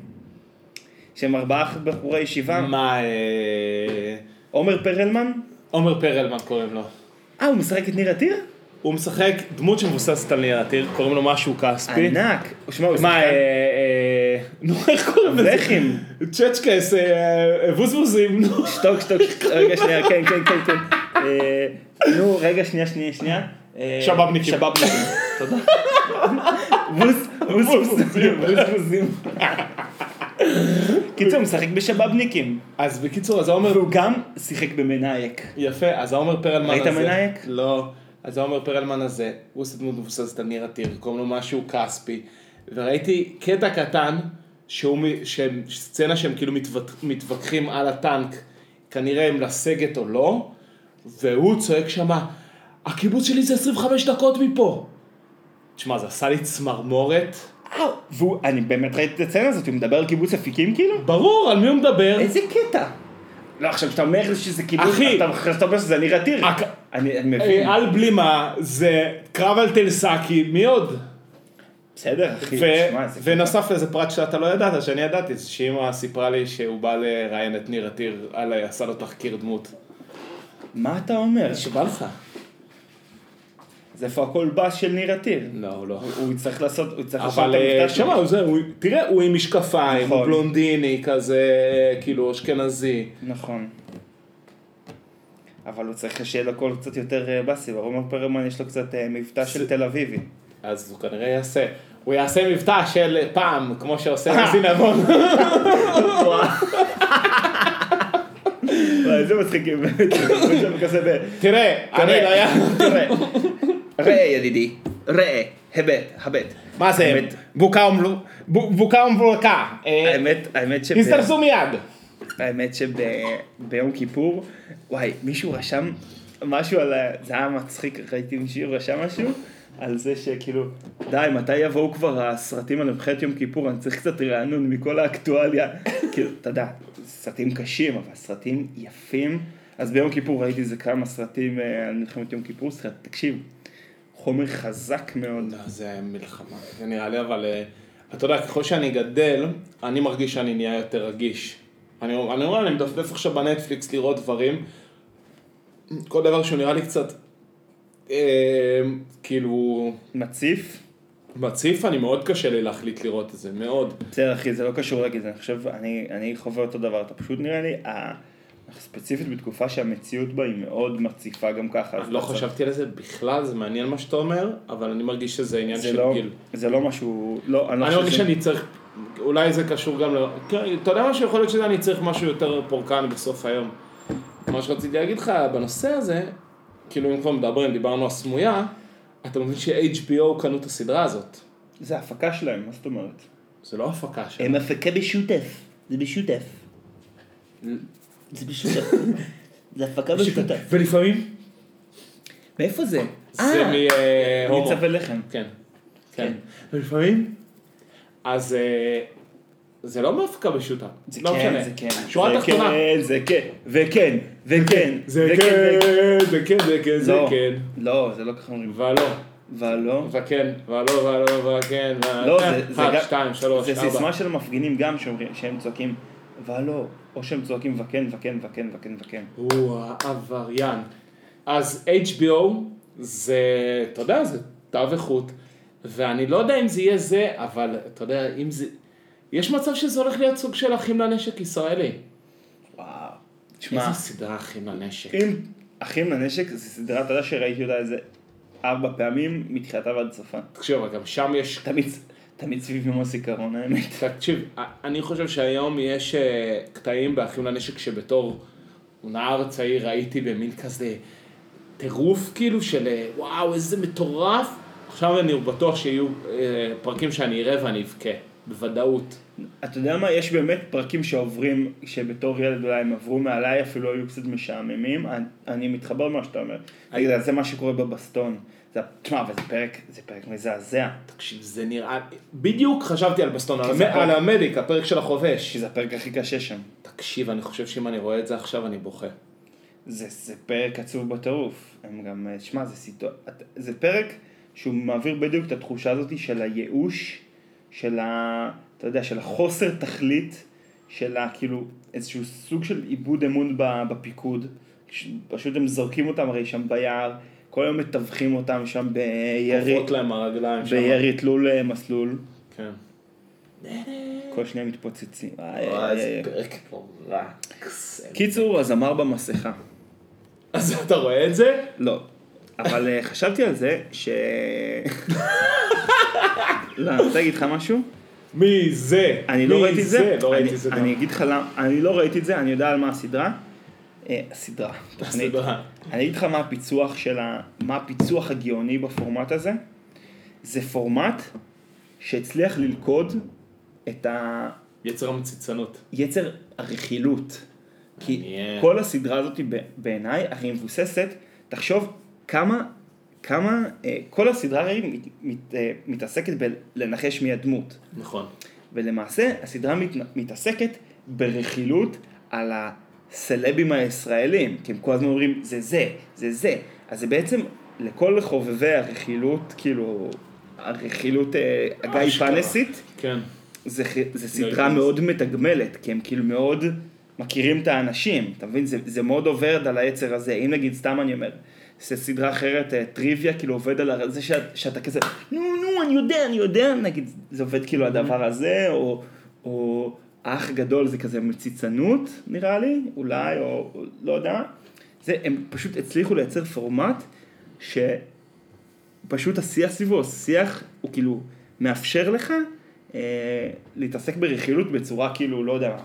Speaker 1: שהם ארבעה בחורי ישיבה.
Speaker 4: מה, אה,
Speaker 1: עומר פרלמן?
Speaker 4: עומר פרלמן קוראים לו.
Speaker 1: אה, הוא משחק את ניר עתיר?
Speaker 4: הוא משחק דמות שמבוססת על ניר עתיר, קוראים לו משהו כספי.
Speaker 1: ענק. שמע, כן. הוא
Speaker 4: מה, אה,
Speaker 1: שחקן.
Speaker 4: אה, נו, איך קוראים לזה?
Speaker 1: אה, לחם.
Speaker 4: צ'צ'קס, אה, אה, בוזבוזים, נו.
Speaker 1: שתוק, שתוק, שתוק, רגע שנייה, כן, כן, כן, כן. אה, נו, רגע, שנייה, שנייה, שנייה. אה,
Speaker 4: שבאבניקים.
Speaker 1: שבאבניקים, תודה. בוס, בוס, בוזבוזים, בוזבוזים. קיצור, הוא משחק בשבאבניקים.
Speaker 4: אז בקיצור, אז העומר...
Speaker 1: והוא גם שיחק במנאייק.
Speaker 4: יפה, אז העומר פרלמן
Speaker 1: ראית
Speaker 4: הזה...
Speaker 1: מנאייק?
Speaker 4: לא. אז העומר פרלמן הזה, הוא עושה דמות מבוססת על ניר עתיר, קוראים לו משהו כספי. וראיתי קטע קטן, שהוא, מ- שהם, סצנה שהם כאילו מתווכ- מתווכחים על הטנק, כנראה אם לסגת או לא, והוא צועק שמה, הקיבוץ שלי זה 25 דקות מפה. תשמע, זה עשה לי צמרמורת.
Speaker 1: אה, והוא, אני באמת ראיתי את הסצנה הזאת, הוא מדבר על קיבוץ אפיקים כאילו?
Speaker 4: ברור, על מי הוא מדבר?
Speaker 1: איזה קטע. לא, עכשיו כשאתה אומר שזה קיבוץ,
Speaker 4: אחי.
Speaker 1: אתה אחרי שאתה אומר שזה ניר עתיר.
Speaker 4: הק-
Speaker 1: אני אני מבין.
Speaker 4: אה, על בלימה, זה קרב על תלסקי, מי עוד?
Speaker 1: בסדר, אחי.
Speaker 4: ו-
Speaker 1: תשמע, כאילו, זה קטע.
Speaker 4: ונוסף לזה פרט שאתה לא ידעת, שאני ידעתי, זה שאימא סיפרה לי שהוא בא לראיין את ניר עתיר, על עשה לו תחקיר דמות.
Speaker 1: מה אתה אומר?
Speaker 4: שבא לך.
Speaker 1: זה איפה הכל בס של ניר עתיר.
Speaker 4: לא, לא.
Speaker 1: הוא יצטרך לעשות, הוא יצטרך לעשות
Speaker 4: אבל
Speaker 1: את
Speaker 4: אה,
Speaker 1: המקטע
Speaker 4: שמע,
Speaker 1: שלו.
Speaker 4: הוא זה, הוא- תראה, הוא עם משקפיים,
Speaker 1: נכון.
Speaker 4: הוא בלונדיני כזה, כאילו אשכנזי.
Speaker 1: נכון. אבל הוא צריך שיהיה לו קול קצת יותר אה, בסי, ורומר פרלמן יש לו קצת אה, מבטא של תל אביבי.
Speaker 4: אז הוא כנראה יעשה, הוא יעשה מבטא של פעם, כמו שעושה
Speaker 1: אה.
Speaker 4: רזי נבון.
Speaker 1: וואי, איזה מצחיקים. הוא שם כזה ב-
Speaker 4: תראה, אני לא היה...
Speaker 1: תראה. ראה ידידי, ראה, הבט, הבט.
Speaker 4: מה זה,
Speaker 1: האמת-
Speaker 4: בוקה ומלו- בו- בוקה ומבוקה. אה,
Speaker 1: האמת, האמת שב...
Speaker 4: הזדרזו מיד.
Speaker 1: האמת שביום כיפור, וואי, מישהו רשם משהו על ה... זה היה מצחיק, ראיתי מישהו רשם משהו על זה שכאילו, די, מתי יבואו כבר הסרטים על מלחמת יום כיפור, אני צריך קצת רענון מכל האקטואליה. כאילו, אתה יודע, סרטים קשים, אבל סרטים יפים. אז ביום כיפור ראיתי איזה כמה סרטים אה, על מלחמת יום כיפור, סרט, תקשיב, חומר חזק מאוד.
Speaker 4: לא, זה מלחמה, זה נראה לי, אבל אה, אתה יודע, ככל שאני גדל, אני מרגיש שאני נהיה יותר רגיש. אני אומר, אני, אומר, אני מדפדף עכשיו בנטפליקס לראות דברים, כל דבר שהוא נראה לי קצת, אה, כאילו,
Speaker 1: מציף.
Speaker 4: מציף, אני מאוד קשה לי להחליט לראות את זה, מאוד.
Speaker 1: בסדר אחי, זה לא קשור להגיד, אני חושב, אני, אני חווה אותו דבר, אתה פשוט נראה לי, ה- אנחנו ספציפית בתקופה שהמציאות בה היא מאוד מציפה גם ככה. אז
Speaker 4: אני לא
Speaker 1: אתה-
Speaker 4: חשבתי על זה בכלל, זה מעניין מה שאתה אומר, אבל אני מרגיש שזה עניין
Speaker 1: זה
Speaker 4: של
Speaker 1: לא,
Speaker 4: גיל.
Speaker 1: זה לא משהו, לא,
Speaker 4: אני
Speaker 1: חושב
Speaker 4: מרגיש
Speaker 1: שזה-
Speaker 4: שאני צריך, אולי זה קשור גם ל... כן, אתה יודע משהו, יכול להיות שאני צריך משהו יותר פורקן בסוף היום. מה שרציתי להגיד לך בנושא הזה, כאילו אם כבר מדברים, דיברנו על סמויה, אתה מבין ש-HBO קנו את הסדרה הזאת.
Speaker 1: זה הפקה שלהם, מה זאת אומרת?
Speaker 4: זה לא הפקה שלה.
Speaker 1: הם הפקה בשוטף, זה בשוטף. זה בשוטף. זה הפקה בשוטף.
Speaker 4: ולפעמים?
Speaker 1: מאיפה זה?
Speaker 4: זה מהומו.
Speaker 1: אה, מצווה לחם.
Speaker 4: כן. כן. ולפעמים? אז אה, זה לא מהפקה בשוטה.
Speaker 1: זה
Speaker 4: לא משנה.
Speaker 1: כן, זה כן.
Speaker 4: שורה
Speaker 1: זה
Speaker 4: תחתונה.
Speaker 1: כן, זה כן, וכן, וכן,
Speaker 4: זה
Speaker 1: וכן,
Speaker 4: כן,
Speaker 1: וכן.
Speaker 4: זה כן, זה כן, זה
Speaker 1: לא,
Speaker 4: כן.
Speaker 1: לא, זה לא ככה אומרים.
Speaker 4: אבל לא.
Speaker 1: ולא.
Speaker 4: וכן, ולא, ולא, וכן, ולא,
Speaker 1: לא, זה, זה
Speaker 4: אחד,
Speaker 1: גם...
Speaker 4: שתיים, שלוש,
Speaker 1: זה
Speaker 4: ארבע.
Speaker 1: סיסמה של מפגינים גם שאומרים, שהם צועקים, ולא, או שהם צועקים וכן, וכן, וכן, וכן, וכן.
Speaker 4: הוא העבריין. אז HBO זה, אתה יודע, זה תו איכות, ואני לא יודע אם זה יהיה זה, אבל אתה יודע, אם זה... יש מצב שזה הולך להיות סוג של אחים לנשק ישראלי.
Speaker 1: וואו. תשמע,
Speaker 4: איזה סדרה אחים לנשק.
Speaker 1: אם אחים לנשק זה סדרה, אתה יודע שראיתי אותה איזה ארבע פעמים מתחילתה ועד סופה.
Speaker 4: תקשיב, אבל גם שם יש...
Speaker 1: תמיד, תמיד סביב יום הזיכרון, האמת.
Speaker 4: תקשיב, אני חושב שהיום יש אה, קטעים באחים לנשק שבתור נער צעיר ראיתי במין כזה טירוף כאילו של אה, וואו איזה מטורף, עכשיו אני בטוח שיהיו אה, פרקים שאני אראה ואני אבכה, בוודאות.
Speaker 1: אתה יודע מה, יש באמת פרקים שעוברים, שבתור ילד אולי הם עברו מעליי, אפילו היו קצת משעממים, אני- אני מתחבר למה שאתה אומר. נגיד, אז זה מה שקורה בבסטון. זה- תשמע, אבל זה פרק, זה פרק מזעזע.
Speaker 4: תקשיב, זה נראה... בדיוק חשבתי על בסטון, על,
Speaker 1: זה
Speaker 4: המ...
Speaker 1: הפרק.
Speaker 4: על המדיק, הפרק של החובש.
Speaker 1: כי זה הפרק הכי קשה שם.
Speaker 4: תקשיב, אני חושב שאם אני רואה את זה עכשיו אני בוכה.
Speaker 1: זה, זה פרק עצוב בטירוף. הם גם, אה, שמע, זה סיטו... את- זה פרק שהוא מעביר בדיוק את התחושה הזאת של הייאוש, של ה... אתה יודע, של החוסר תכלית, של ה... כאילו, איזשהו סוג של איבוד אמון ב- בפיקוד. ש- פשוט הם זורקים אותם הרי שם ביער, כל היום מתווכים אותם שם בירי,
Speaker 4: עוברות להם הרגליים שם.
Speaker 1: בירי תלול אה, מסלול.
Speaker 4: כן.
Speaker 1: כל שניה מתפוצצים. איי,
Speaker 4: וואי,
Speaker 1: איי,
Speaker 4: זה
Speaker 1: איי.
Speaker 4: פרק נורא. קסם.
Speaker 1: קיצור, הזמר במסכה.
Speaker 4: אז אתה רואה את זה?
Speaker 1: לא. אבל אה, חשבתי על זה ש... לא, אני רוצה להגיד לך משהו?
Speaker 4: מי זה?
Speaker 1: אני לא
Speaker 4: מי
Speaker 1: ראיתי את זה.
Speaker 4: לא ראיתי
Speaker 1: אני-
Speaker 4: את זה
Speaker 1: אני
Speaker 4: גם.
Speaker 1: אגיד לך למה, אני לא ראיתי את זה, אני יודע על מה הסדרה. אה, הסדרה, תוכנית.
Speaker 4: הסדרה.
Speaker 1: אני אגיד לך מה הפיצוח של ה... מה הפיצוח הגאוני בפורמט הזה. זה פורמט שהצליח ללכוד את ה...
Speaker 4: יצר המציצנות.
Speaker 1: יצר הרכילות. כי
Speaker 4: מעניין.
Speaker 1: כל הסדרה הזאת ב- בעיניי הכי מבוססת, תחשוב כמה, כמה, אה, כל הסדרה הרי מת, מת, אה, מתעסקת בלנחש מי הדמות,
Speaker 4: נכון.
Speaker 1: ולמעשה הסדרה מת, מתעסקת ברכילות על הסלבים הישראלים, כי הם כל הזמן אומרים זה זה, זה זה, אז זה בעצם לכל חובבי הרכילות, כאילו, הרכילות אה, הגיא
Speaker 4: אשכרה.
Speaker 1: פנסית,
Speaker 4: כן.
Speaker 1: זה, זה סדרה מאוד מתגמלת, כי הם כאילו מאוד מכירים את האנשים, אתה מבין? זה, זה מאוד עובד על היצר הזה, אם נגיד, סתם אני אומר, זה סדרה אחרת, אה, טריוויה, כאילו עובד על הר- זה שאת, שאתה כזה, נו, נו, אני יודע, אני יודע, נגיד, זה עובד כאילו הדבר הזה, או, או אח גדול זה כזה מציצנות, נראה לי, אולי, או או לא יודע. זה, הם פשוט הצליחו לייצר פורמט, ש... פשוט השיח סביבו, השיח הוא כאילו מאפשר לך אה, להתעסק ברכילות בצורה כאילו, לא יודע,
Speaker 4: נותן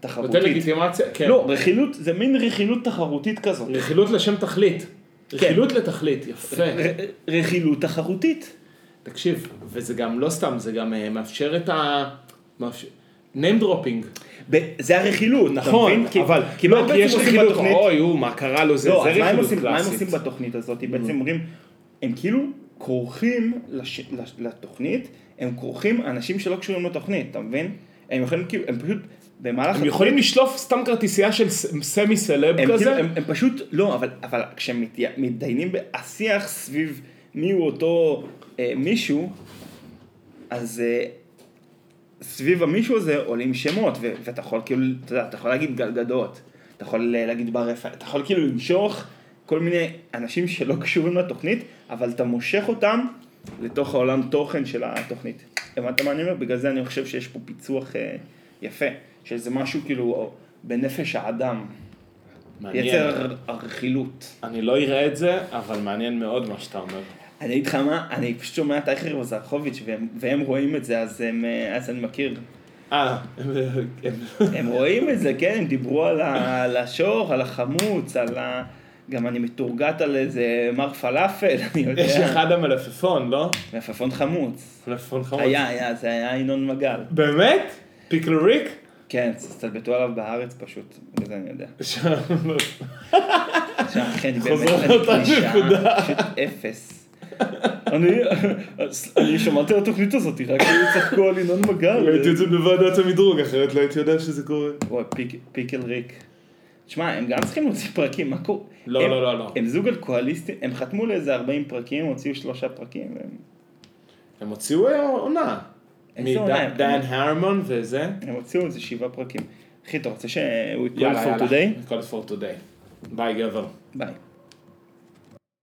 Speaker 1: תחרותית.
Speaker 4: לגיטימציה. כן.
Speaker 1: לא, רכילות זה מין רכילות תחרותית כזאת.
Speaker 4: רכילות לשם תכלית. רכילות לתכלית, יפה.
Speaker 1: ר- רכילות תחרותית.
Speaker 4: תקשיב, וזה גם לא סתם, זה גם אה, מאפשר את ה... מאפשר... name dropping.
Speaker 1: ב- זה הרכילות, אתה מבין? כי-
Speaker 4: נכון, אבל... לא
Speaker 1: כי מה הם בעצם עושים בתוכנית?
Speaker 4: אוי, הוא, מה קרה לו, זה
Speaker 1: לא,
Speaker 4: זה
Speaker 1: אז מה הם
Speaker 4: רכילות
Speaker 1: עושים- מה הם עושים
Speaker 4: קלאסית. Mm.
Speaker 1: בתוכנית הזאת? בעצם אומרים, הם כאילו כורכים לש- לש- לתוכנית, הם כורכים אנשים שלא קשורים לתוכנית, אתה מבין? הם יכולים כאילו, הם פשוט במהלך...
Speaker 4: הם יכולים לשלוף סתם כרטיסייה של ס- סמי סלב
Speaker 1: הם, כאילו,
Speaker 4: כזה?
Speaker 1: הם, הם פשוט, לא, אבל, אבל כשמתדיינים בשיח סביב מיהו אותו אה, מישהו, אז אה, סביב המישהו הזה עולים שמות, ו, ואתה יכול כאילו, אתה יודע, אתה יכול להגיד גלגדות, אתה יכול אה, להגיד בר רפאל, אתה יכול כאילו למשוך כל מיני אנשים שלא קשורים לתוכנית, אבל אתה מושך אותם לתוך העולם תוכן של התוכנית. הבנת מה אני אומר? בגלל זה אני חושב שיש פה פיצוח אה, יפה, שזה משהו כאילו בנפש האדם.
Speaker 4: מעניין.
Speaker 1: יצר הרכילות.
Speaker 4: אני לא אראה את זה, אבל מעניין מאוד מה שאתה אומר.
Speaker 1: אני אגיד לך מה, אני פשוט שומע את אייכר וזרחוביץ' והם- והם רואים את זה, אז הם, אה, אז אני מכיר.
Speaker 4: אה, הם-
Speaker 1: הם רואים את זה, כן, הם דיברו על ה- על השור, על החמוץ, על ה... גם אני מתורגת על איזה מר פלאפל, אני
Speaker 4: יש
Speaker 1: יודע.
Speaker 4: אחד המלפפון, לא?
Speaker 1: מלפפון חמוץ.
Speaker 4: מלפפון חמוד.
Speaker 1: היה, היה, זה היה ינון מגל.
Speaker 4: באמת? פיקלוריק?
Speaker 1: כן, הסתלבטו עליו בארץ פשוט, בגלל זה אני יודע.
Speaker 4: שם.
Speaker 1: עכשיו, כן, באמת,
Speaker 4: חוזר
Speaker 1: אני
Speaker 4: לאותה
Speaker 1: קלישה,
Speaker 4: נקודה.
Speaker 1: פשוט אפס. אני, אני שמעתי על התוכנית הזאת, רק צחקו על ינון
Speaker 4: ראיתי
Speaker 1: מגל.
Speaker 4: את זה בוועדת המדרוג, אחרת לא הייתי יודע שזה קורה.
Speaker 1: וואי, פיק- פיקל ריק. שמע, הם גם צריכים להוציא פרקים, מה קורה?
Speaker 4: לא,
Speaker 1: הם-
Speaker 4: לא, לא, לא.
Speaker 1: הם זוג אלכוהוליסטים, הם חתמו לאיזה 40 פרקים, הוציאו שלושה פרקים. והם-
Speaker 4: הם הוציאו אה, עונה.
Speaker 1: איזה עונה הם?
Speaker 4: מדן הרמון וזה.
Speaker 1: הם הוציאו איזה שבעה פרקים. אחי, אתה רוצה ש... we call
Speaker 4: יאללה,
Speaker 1: for
Speaker 4: יאללה.
Speaker 1: today?
Speaker 4: We call it for today. ביי גבר.
Speaker 1: ביי.